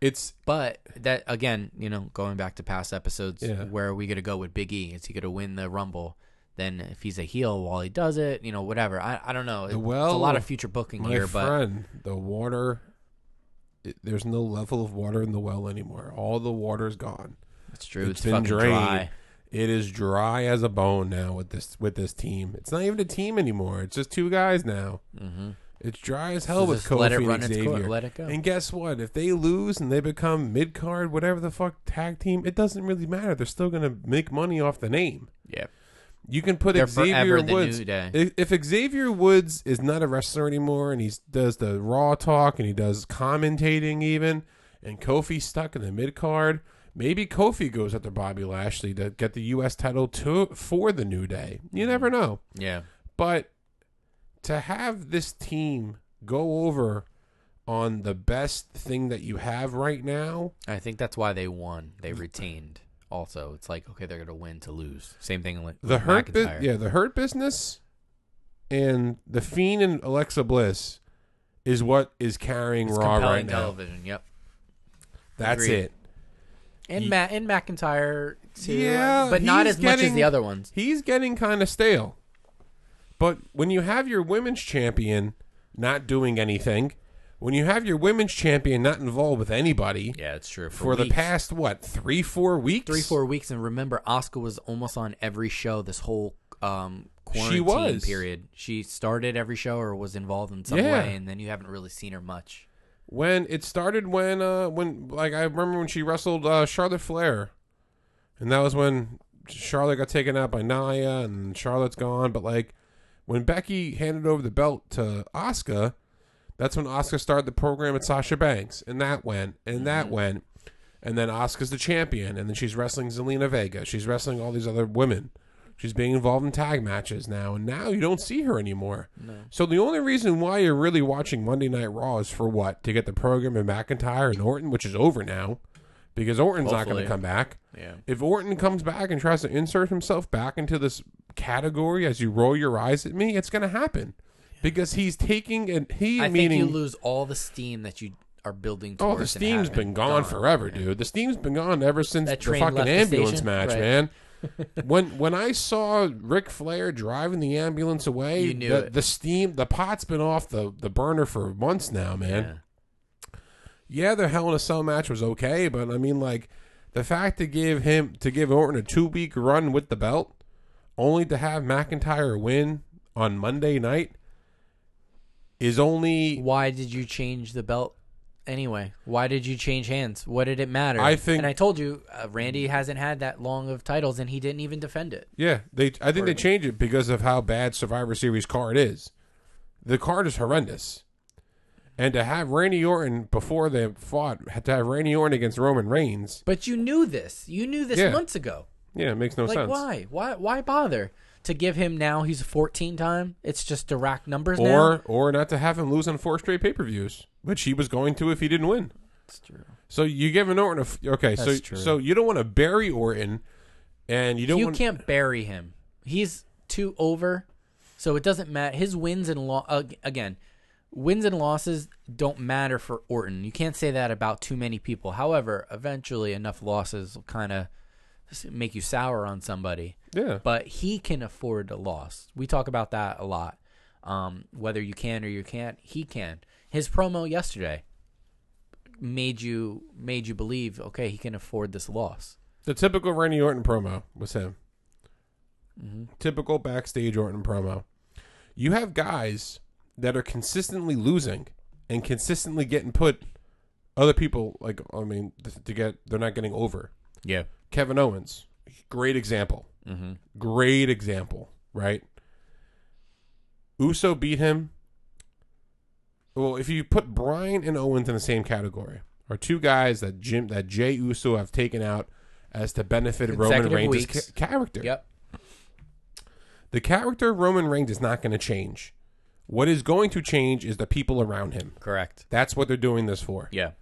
it's But that again, you know, going back to past episodes, Yeah. where are we gonna go with Big E? Is he gonna win the Rumble? Then if he's a heel while he does it, you know, whatever. I, I don't know. It- it's a well, lot of future booking my here, but friend. The water, it, there's no level of water in the well anymore. All the water's gone. it's true. It's, it's been fucking drained. dry. It is dry as a bone now with this with this team. It's not even a team anymore. It's just two guys now. Mm-hmm. It's dry as hell So with just Kofi let it and run its Xavier. course. Let it go. And guess what? If they lose and they become mid card, whatever the fuck tag team, it doesn't really matter. They're still gonna make money off the name. Yeah. You can put They're Xavier forever the Woods. New Day. If, if Xavier Woods is not a wrestler anymore and he does the raw talk and he does commentating even, and Kofi's stuck in the mid card, maybe Kofi goes after Bobby Lashley to get the U.S. title to for the New Day. You never know. Yeah. But to have this team go over on the best thing that you have right now, I think that's why they won. They retained. Also, it's like okay, they're gonna win to lose. Same thing with the with hurt, bu- McIntyre. yeah, the hurt business, and the Fiend and Alexa Bliss is what is carrying It's Raw compelling right now. television. Yep. That's Agreed. it. And Ye- Ma- and McIntyre too. uh, Yeah, but not he's as much as getting- the other ones. He's getting kind of stale. But when you have your women's champion not doing anything, when you have your women's champion not involved with anybody Yeah, it's true. for the past what three, four weeks, three four weeks and remember oscar was almost on every show this whole um quarantine was. period she started every show or was involved in some Yeah. way and then you haven't really seen her much when it started when uh when like I remember when she wrestled uh Charlotte Flair. And that was when Charlotte got taken out by Naya and Charlotte's gone, but like when Becky handed over the belt to Asuka, that's when Asuka started the program at Sasha Banks and that went and that went and then Asuka's the champion and then she's wrestling Zelina Vega. She's wrestling all these other women. She's being involved in tag matches now and now you don't see her anymore. So the only reason why you're really watching Monday Night Raw is for what? To get the program and McIntyre and Orton, which is over now, because Orton's not going Hopefully. to come back. yeah If Orton comes back and tries to insert himself back into this category as you roll your eyes at me, it's going to happen because he's taking and he i think meaning you lose all the steam that you are building oh towards the and steam's haven't. been gone, forever, dude. The steam's been gone ever since That the train fucking left the ambulance station, match, right. man. (laughs) when when I saw Ric Flair driving the ambulance away, You knew the, it. the steam, the pot's been off the, the burner for months now, man. yeah. yeah, their Hell in a Cell match was okay, but I mean, like, the fact to give him to give Orton a two week run with the belt, only to have McIntyre win on Monday night, is only. why did you change the belt anyway why did you change hands what did it matter I think- and i told you uh, randy hasn't had that long of titles and he didn't even defend it Yeah, they. I think they changed it because of how bad Survivor Series card is. The card is horrendous, and to have Randy Orton before they fought, to have Randy Orton against Roman Reigns, but you knew this you knew this Yeah. months ago yeah, it makes no Like sense. why? Why why bother to give him now he's a 14 time? It's just to rack numbers now. Or or not to have him lose on four straight pay per views, which he was going to if he didn't win. That's true. So you give an Orton a f- okay. so That's true. so you don't want to bury Orton, and you don't You want can't bury him. He's two over, so it doesn't matter. His wins and lo- ag- again, wins and losses don't matter for Orton. You can't say that about too many people. However, eventually enough losses will kind of make you sour on somebody. Yeah. But he can afford a loss. We talk about that a lot. Um, whether you can or you can't, he can. His promo yesterday made you made you believe, okay, he can afford this loss. The typical Randy Orton promo was him. Typical backstage Orton promo. You have guys that are consistently losing and consistently getting put other people like I mean th- to get they're not getting over. Yeah. Kevin Owens, great example. Mhm. Great example, right? Uso beat him. Well, if you put Bryan and Owens in the same category, are two guys that Jim that Jay Uso have taken out as to benefit Roman Consecutive Reigns' weeks. ca- character. Yep. The character of Roman Reigns is not going to change. What is going to change is the people around him. Correct. That's what they're doing this for. Yeah.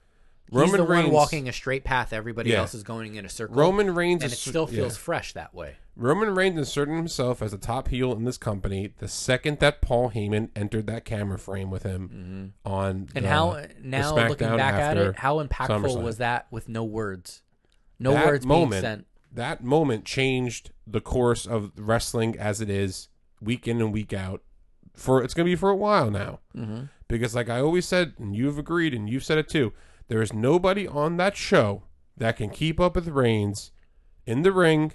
Roman He's the Reigns one walking a straight path. Everybody Yeah. else is going in a circle. Roman Reigns and it is still yeah. feels fresh that way. Roman Reigns inserted himself as a top heel in this company the second that Paul Heyman entered that camera frame with him on Mm-hmm. And the- how the now looking SmackDown back at after it, how impactful SummerSlam. was that with no words, no that words moment, being sent? That moment changed the course of wrestling as it is week in and week out. For it's going to be for a while now, Mm-hmm. because like I always said, and you've agreed, and you've said it too. There is nobody on that show that can keep up with Reigns in the ring,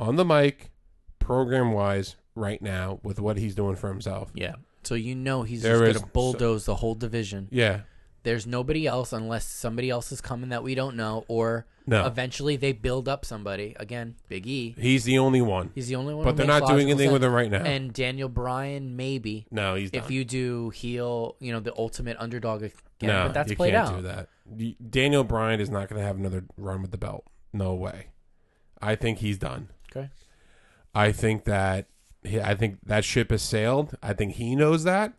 on the mic, program wise, right now with what he's doing for himself. Yeah. So you know he's There just is- going to bulldoze the whole division. Yeah, There's nobody else unless somebody else is coming that we don't know, or No. eventually they build up somebody. Again, Big E. he's the only one. He's the only one. But who they're makes not doing logical anything with sense. him right now. And Daniel Bryan, maybe. no, he's If not. you do heel, you know, the ultimate underdog again, no, but that's you played can't out. do that. You- Daniel Bryan is not going to have another run with the belt. No way. I think he's done. Okay. I think that he, I think that ship has sailed. I think he knows that.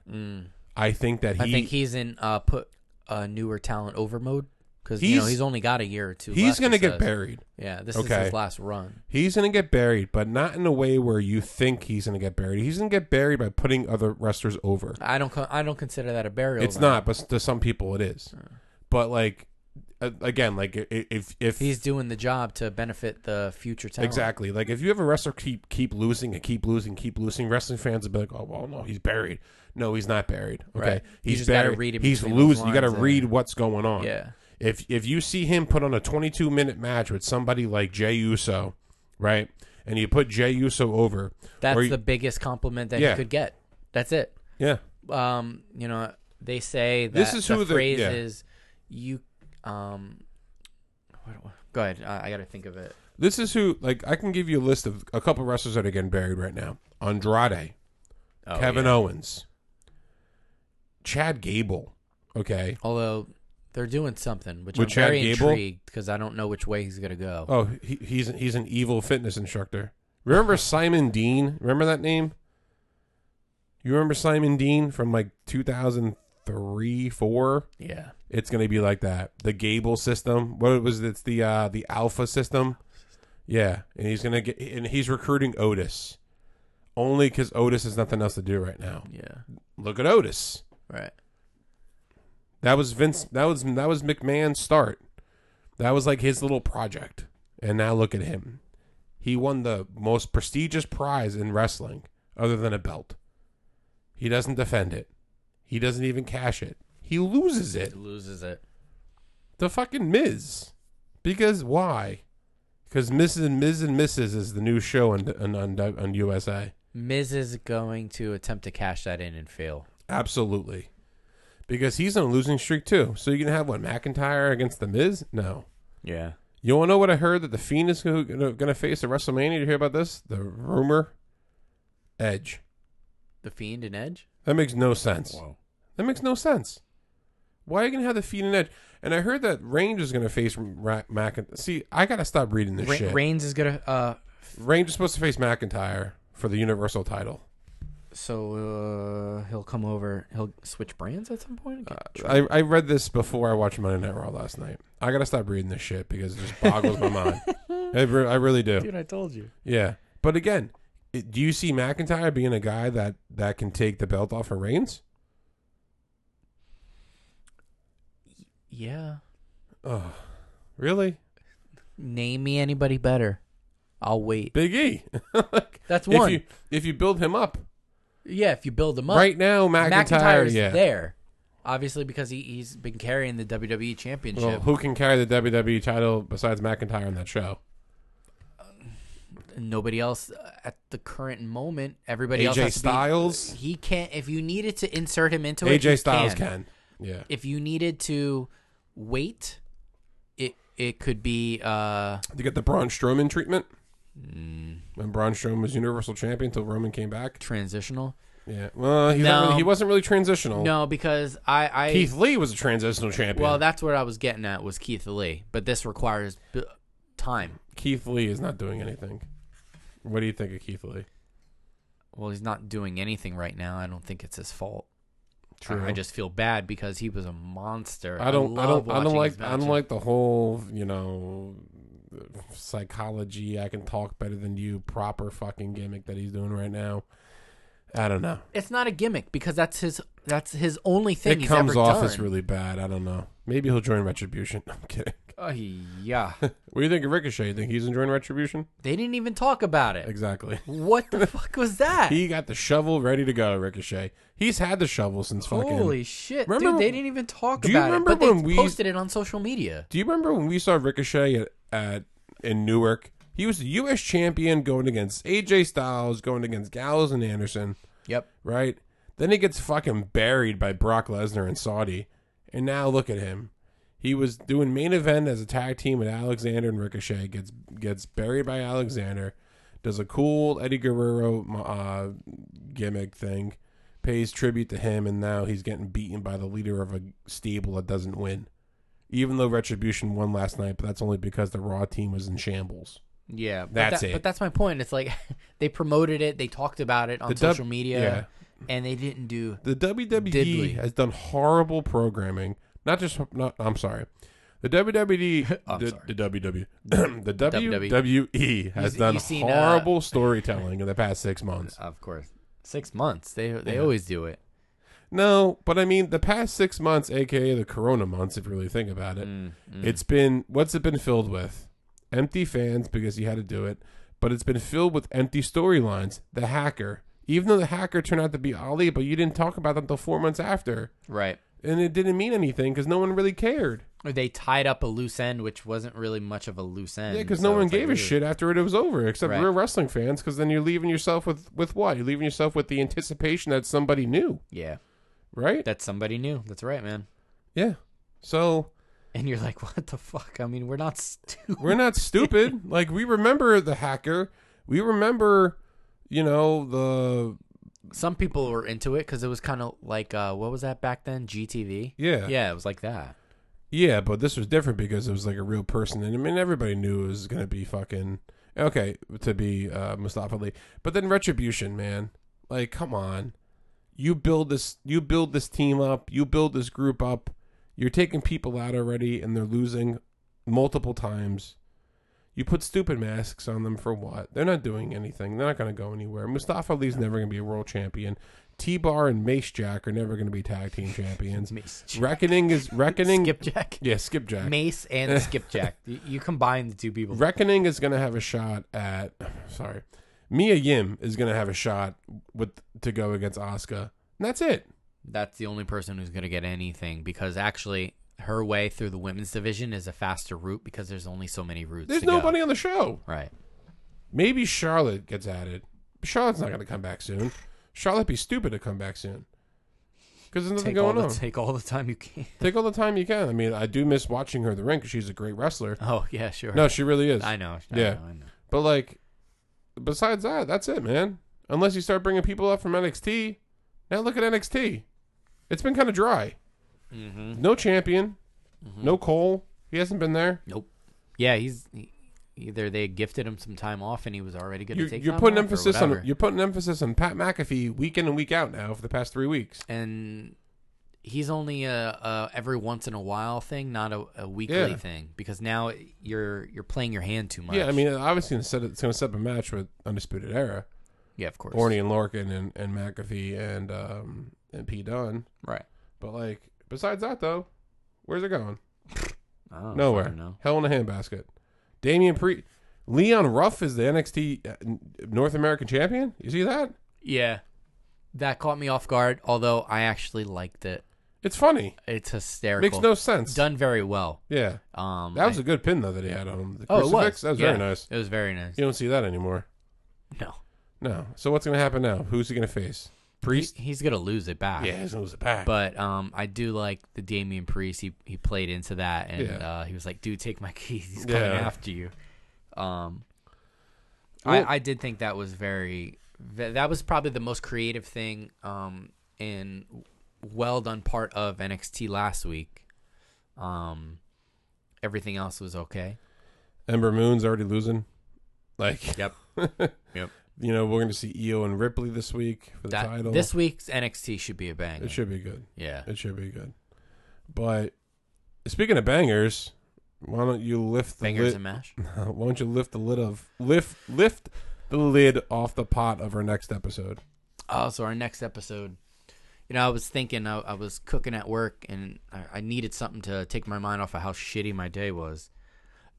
I think that he. Mm. I think he's in uh, put uh, newer talent over mode because you know He's- he's only got a year or two. He's left, going to it get says. buried. Yeah, this is Okay. his last run. He's going to get buried, but not in a way where you think he's going to get buried. He's going to get buried by putting other wrestlers over. I don't co- I don't consider that a burial. It's though. not, but to some people it is. But like, a- again, like i- i- if if He's doing the job to benefit the future talent. Exactly. Like if you have a wrestler keep keep losing and keep losing, keep losing, wrestling fans will be like, "Oh well, no, he's buried." No, he's not buried. Okay, Right. You he's just gotta buried. read in he's between those losing. You got to lines and- read what's going on. Yeah. If if you see him put on a 22 minute match with somebody like Jey Uso, right, and you put Jey Uso over, That's or you- the biggest compliment that Yeah. he could get. That's it. yeah, Um, you know, they say that This is the who the- phrase yeah. is you um what- what- go ahead. I, I got to think of it. this is who. Like I can give you a list of a couple wrestlers that are getting buried right now: Andrade, Oh, Kevin yeah. Owens, Chad Gable. Okay. Although they're doing something, which With I'm Chad very Gable? intrigued because I don't know which way he's gonna go. Oh, he, he's he's an evil fitness instructor. Remember Simon Dean? Remember that name? You remember Simon Dean from like 2003, 4? Yeah, It's going to be like that. The Gable system. What was it? It's the uh the Alpha system. Yeah, and he's going to get and he's recruiting Otis. Only cuz Otis has nothing else to do right now. yeah, Look at Otis. right. That was Vince that was that was McMahon's start. That was like his little project. And now look at him. He won the most prestigious prize in wrestling other than a belt. He doesn't defend it. He doesn't even cash it. He loses it It loses it. to fucking Miz. Because why? Because Miz and Miz and Mrs. is the new show on on, on, on USA. Miz is going to attempt to cash that in and fail. Absolutely. Because he's on a losing streak too. So you can have what McIntyre against the Miz? No. Yeah. You want to know what I heard that the Fiend is going to face at WrestleMania? Did you hear about this? The rumor, Edge. The Fiend and Edge? That makes no sense. That makes no sense. Why are you going to have the Fiend and Edge? And I heard that Reigns is going to face Ra- McIntyre. See, I got to stop reading this Ra- shit. Reigns is going to. uh Reigns is supposed to face McIntyre for the Universal title. So uh, he'll come over. He'll switch brands at some point? Uh, I, I read this before I watched Monday Night Raw last night. I got to stop reading this (laughs) shit because it just boggles my mind. I, re- I really do. Dude, I told you. Yeah. But again, do you see McIntyre being a guy that that can take the belt off of Reigns? Yeah. Oh, really? Name me anybody better. I'll wait. Big E. (laughs) Like, That's if one. you if you build him up yeah, if you build them up. right now, McIntyre, McIntyre's yeah. there. Obviously, because he, he's been carrying the WWE Championship. Well, who can carry the WWE title besides McIntyre on that show? nobody else uh, at the current moment. Everybody else AJ has to be- Styles? he can't. If you needed to insert him into it, AJ you Styles can. Yeah. If you needed to wait, it it could be. Uh, mm, To get the Braun Strowman treatment. When Braun Strowman was Universal Champion until Roman came back. transitional. Yeah. Well, he's No. not really, he wasn't really transitional. No, because I, I Oh. Keith Lee was a transitional champion. well, that's what I was getting at was Keith Lee, but this requires b- time. Keith Lee is not doing anything. What do you think of Keith Lee? Well, he's not doing anything right now. I don't think it's his fault. I- True. I, just feel bad because he was a monster. I don't. I, love don't. I don't watching like. his I don't matches. like the whole. You know, psychology. I can talk better than you. Proper fucking gimmick that he's doing right now. I don't know. It's not a gimmick because that's his. That's his only thing. it he's comes ever off done. as really bad. I don't know. Maybe he'll join Retribution. (laughs) I'm kidding. Uh, yeah. What do you think of Ricochet? You think he's enjoying Retribution? they didn't even talk (laughs) about it. Exactly. What the fuck was that? He got the shovel ready to go. Ricochet. He's had the shovel since fucking. Holy shit, Remember- dude! They didn't even talk Do you about remember it, but when they we- posted it on social media. Do you remember when we saw Ricochet at, at in Newark? He was the U.S. champion going against AJ Styles, going against Gallows and Anderson, Yep. right? Then he gets fucking buried by Brock Lesnar and Saudi, and now look at him. He was doing main event as a tag team with Alexander and Ricochet. gets gets buried by Alexander, does a cool Eddie Guerrero uh, gimmick thing, pays tribute to him, and now he's getting beaten by the leader of a stable that doesn't win even though Retribution won last night, but that's only because the Raw team was in shambles. Yeah, but That's that- it. But that's my point. It's like (laughs) they promoted it, they talked about it on The dub- social media, and they didn't do. The WWE Diddly. has done horrible programming. Not just not. I'm sorry. The WWE, (laughs) I'm the, sorry. E. the WWE, (clears throat) the WWE has You've- done you've seen, uh, horrible storytelling in the past six (laughs) months. Of course, six months. They they Yeah. always do it. No, but I mean the past six months, aka the Corona months, if you really think about it, Mm, it's been what's it been filled with? Empty fans because you had to do it, but it's been filled with empty storylines. The hacker, even though the hacker turned out to be Ali, but you didn't talk about them until four months after, Right. and it didn't mean anything because no one really cared. Or they tied up a loose end, which wasn't really much of a loose end. Yeah, because so no one it's like, gave ooh. a shit after it was over, except Right. real wrestling fans. Because then you're leaving yourself with with what? You're leaving yourself with the anticipation that somebody knew, Yeah, right? that's somebody new. That's right, man. yeah. So And you're like, (laughs) what the fuck? I mean, we're not stupid. We're not (laughs) stupid. like we remember the hacker. We remember, you know, the Some people were into it because it was kind of like, uh, what was that back then? GTV? yeah. Yeah, it was like that. Yeah, but this was different because it was like a real person and I mean everybody knew it was going to be fucking okay to be uh Mustafa Lee. But then retribution, man. Like come on. You build this you build this team up, you build this group up. You're taking people out already and they're losing multiple times. You put stupid masks on them for what? They're not doing anything. They're not going to go anywhere. Mustafa Lee's never going to be a world champion. T-Bar and Mace Jack are never going to be tag team champions. Mace Jack. Reckoning is Reckoning. Skipjack. (laughs) Yeah, Skipjack. Mace and (laughs) Skipjack. you, you combine the two people. Reckoning is going to have a shot at. Sorry, Mia Yim is going to have a shot with to go against Asuka. And that's it. That's the only person who's going to get anything because actually her way through the women's division is a faster route because there's only so many routes. There's to go. nobody on the show. Right. Maybe Charlotte gets added. Charlotte's not going to come back soon. Charlotte be stupid to come back soon because there's nothing Take all, going the, on. (laughs) take all the time you can. Take all the time you can. I mean, I do miss watching her in the ring because she's a great wrestler. Oh, yeah, sure. No, she really is. I know. I Yeah. know, I know. But like, besides that, that's it, man. Unless you start bringing people up from NXT. Now look at NXT. It's been kind of dry. Mm-hmm. No champion. No Cole. He hasn't been there. Nope. Yeah, he's he- either they gifted him some time off and he was already going to You're, take. you're time putting off or emphasis on whatever. you're putting emphasis on Pat McAfee week in and week out now for the past three weeks. and he's only a, a every once in a while thing, not a, a weekly Yeah. thing, because now you're you're playing your hand too much. Yeah, I mean, obviously it's gonna set- it's going to set up a match with Undisputed Era, Yeah, of course. Orny and Larkin and, and McAfee and um and P Dunn. Right. But like besides that though, where's it going? I don't Nowhere. fucking know. Hell in a handbasket. Damian Pre Leon Ruff is the NXT uh, n- North American champion. You see that? Yeah. That caught me off guard, although I actually liked it. It's funny. It's hysterical. Makes no sense. Done very well. Yeah, Um, that was I- a good pin though that he had on him. The oh, it was. crucifix? That was Yeah. very nice. It was very nice. You don't see that anymore. No. No. So what's gonna happen now? Who's he gonna face? He, Priest. he's going to lose it back. yeah, he's gonna lose the back. But um, I do like the Damian Priest. He he played into that, and Yeah. uh, he was like, "Dude, take my (laughs) keys. He's coming Yeah. after you." Um, Well- I I did think that was very tha- that was probably the most creative thing um and well done part of NXT last week. Um, everything else was okay. Ember Moon's already losing. Like (laughs) Yep. you know, we're gonna see Io and Ripley this week for the That title. this week's NXT should be a bang. it should be good. Yeah. It should be good. But speaking of bangers, why don't you lift the Fingers lid? and mash. (laughs) why don't you lift the lid of lift lift the lid off the pot of our next episode? Oh, so our next episode. You know, I was thinking I, I was cooking at work and I, I needed something to take my mind off of how shitty my day was.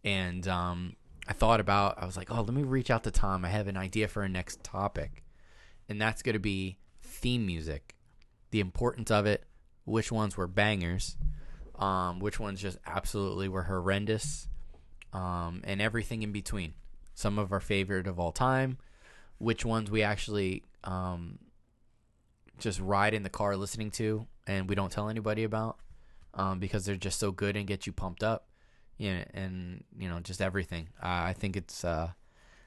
And um, I thought about, I was like, oh, let me reach out to Tom. I have an idea for our next topic. And that's going to be theme music, the importance of it, which ones were bangers, um, which ones just absolutely were horrendous, um, and everything in between. Some of our favorite of all time, which ones we actually um, just ride in the car listening to and we don't tell anybody about um, because they're just so good and get you pumped up yeah, and you know just everything uh, i think it's uh,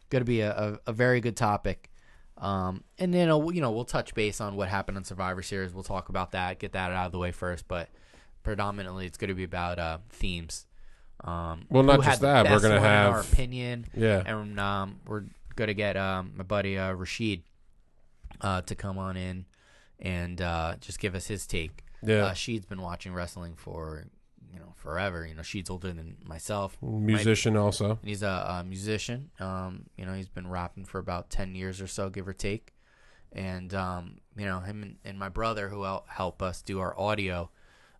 going to be a, a, a very good topic um, and then uh, you know we'll touch base on what happened on survivor series we'll talk about that get that out of the way first but predominantly it's going to be about uh, themes um, Well, not who just had the that, we're best gonna one in our have- opinion Yeah. and um, we're gonna get um, my buddy uh, Rashid uh, to come on in and uh, just give us his take. Yeah. Uh, Sheed's been watching wrestling for you know forever. You know, Sheed's older than myself. Mm-hmm. Musician also. And he's a, a musician. Um, you know, he's been rapping for about ten years or so, give or take. And um, you know, him and, and my brother, who hel- help us do our audio,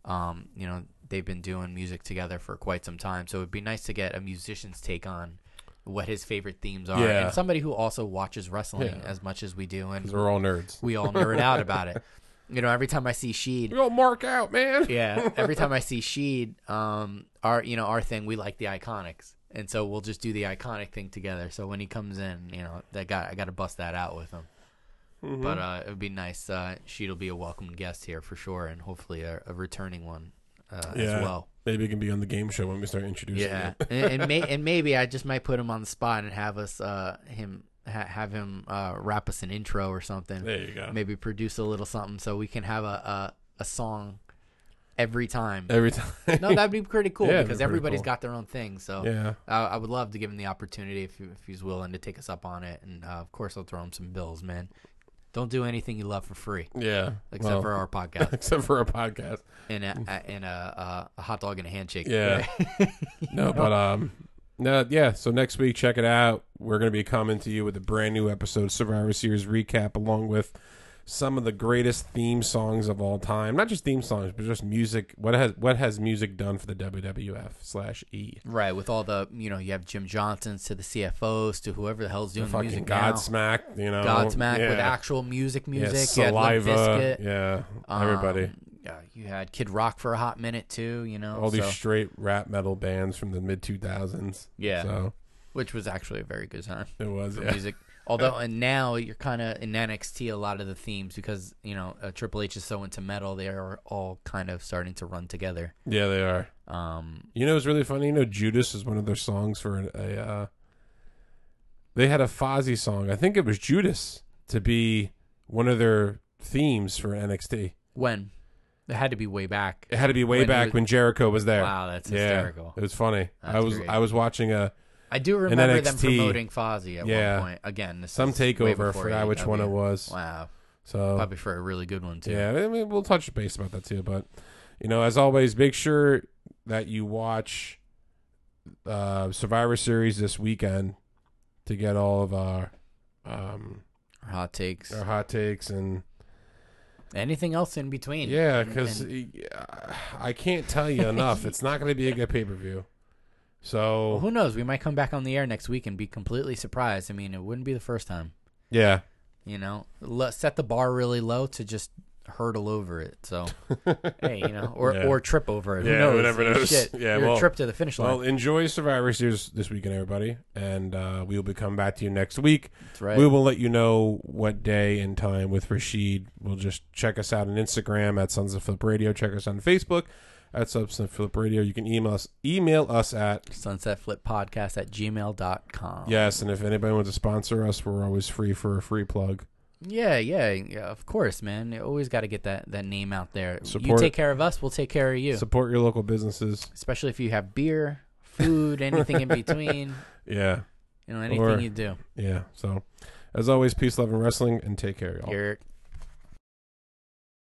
um, you know, they've been doing music together for quite some time. So it'd be nice to get a musician's take on what his favorite themes are, Yeah. and somebody who also watches wrestling Yeah. as much as we do, and (laughs) Because we're all nerds. we all nerd out about it. You know, every time I see Sheed, We all mark out, man. (laughs) yeah. Every time I see Sheed, um, our you know our thing, we like the iconics, and so we'll just do the iconic thing together. So when he comes in, you know, that guy, I got to bust that out with him. Mm-hmm. But uh, it would be nice. Uh, Sheed will be a welcome guest here for sure, and hopefully a, a returning one uh, Yeah. as well. Maybe it can be on the game show when we start introducing Yeah, it. and, (laughs) and, may, and maybe I just might put him on the spot and have us uh, him ha- have him uh, rap us an intro or something There you go. maybe produce a little something so we can have a a, a song every time. Every time. No, that'd be pretty cool Yeah, that'd be because pretty everybody's cool. got their own thing. So (laughs) yeah. I, I would love to give him the opportunity if, he- if he's willing to take us up on it. And uh, of course, I'll throw him some bills, man. Don't do anything you love for free, Yeah. except Well, for our podcast (laughs) except for a podcast. and a, a- and a, a, a hot dog and a handshake. Yeah. (laughs) No, but um no, yeah, so next week check it out. We're going to be coming to you with a brand new episode Survivor Series recap along with some of the greatest theme songs of all time. Not just theme songs, but just music. What has what has music done for the WWF slash E? Right, with all the you know, you have Jim Johnson's to the CFOs to whoever the hell's doing the Fucking music now. Godsmack, you know. Godsmack with yeah. actual music, Yeah, music, You had Limp saliva. Bizkit. Yeah. Everybody. Um, yeah, you had Kid Rock for a hot minute too. You know, all these so- straight rap metal bands from the mid 2000s. yeah, So which was actually a very good time it was for yeah. music. Although, and now you're kind of in NXT a lot of the themes because you know uh, Triple H is so into metal, they are all kind of starting to run together. Yeah, they are. Um, You know, it's really funny. You know, Judas is one of their songs for an- a. Uh, they had a Fozzy song. I think it was Judas to be one of their themes for NXT. when it had to be way back. It had to be way When he back was- when Jericho was there. Wow, that's Yeah, hysterical. it was funny. I That's was great. I was watching uh, a I do remember them NXT promoting Fozzy at Yeah. one point. Again, this some is way takeover. I before forgot which one it AEW. was. Wow, So probably for a really good one too. Yeah, I mean, we'll touch base about that too. But you know, as always, make sure that you watch uh, Survivor Series this weekend to get all of our um, Our hot takes. our hot takes and Anything else in between? yeah, and- because I can't tell you enough. it's not going to be a good pay per view. Well, So who knows? We might come back on the air next week and be completely surprised. I mean, it wouldn't be the first time. (laughs) yeah, You know, L- set the bar really low to just hurdle over it. So, (laughs) hey, you know, or, Yeah. or trip over it. Who Yeah, knows? who never Hey, knows? Shit. Yeah, Your well- trip to the finish line. well, enjoy Survivor Series this weekend, everybody, and uh, we will be coming back to you next week. That's right. We will let you know what day and time with Rashid. We'll just check us out on Instagram at Sons of Flip Radio. Check us on Facebook at Sons of Flip Radio. You can email us email us at sunsetflippodcast at gmail.com. yes. And if anybody wants to sponsor us, we're always free for a free plug. Yeah, yeah, yeah, of course, man. You always got to get that, that name out there. You Support- take care of us, we'll take care of you. Support your local businesses. Especially if you have beer, food, (laughs) anything in between, Yeah, you know, anything Or- you do. yeah. So, as always, peace, love, and wrestling, and take care, y'all. You're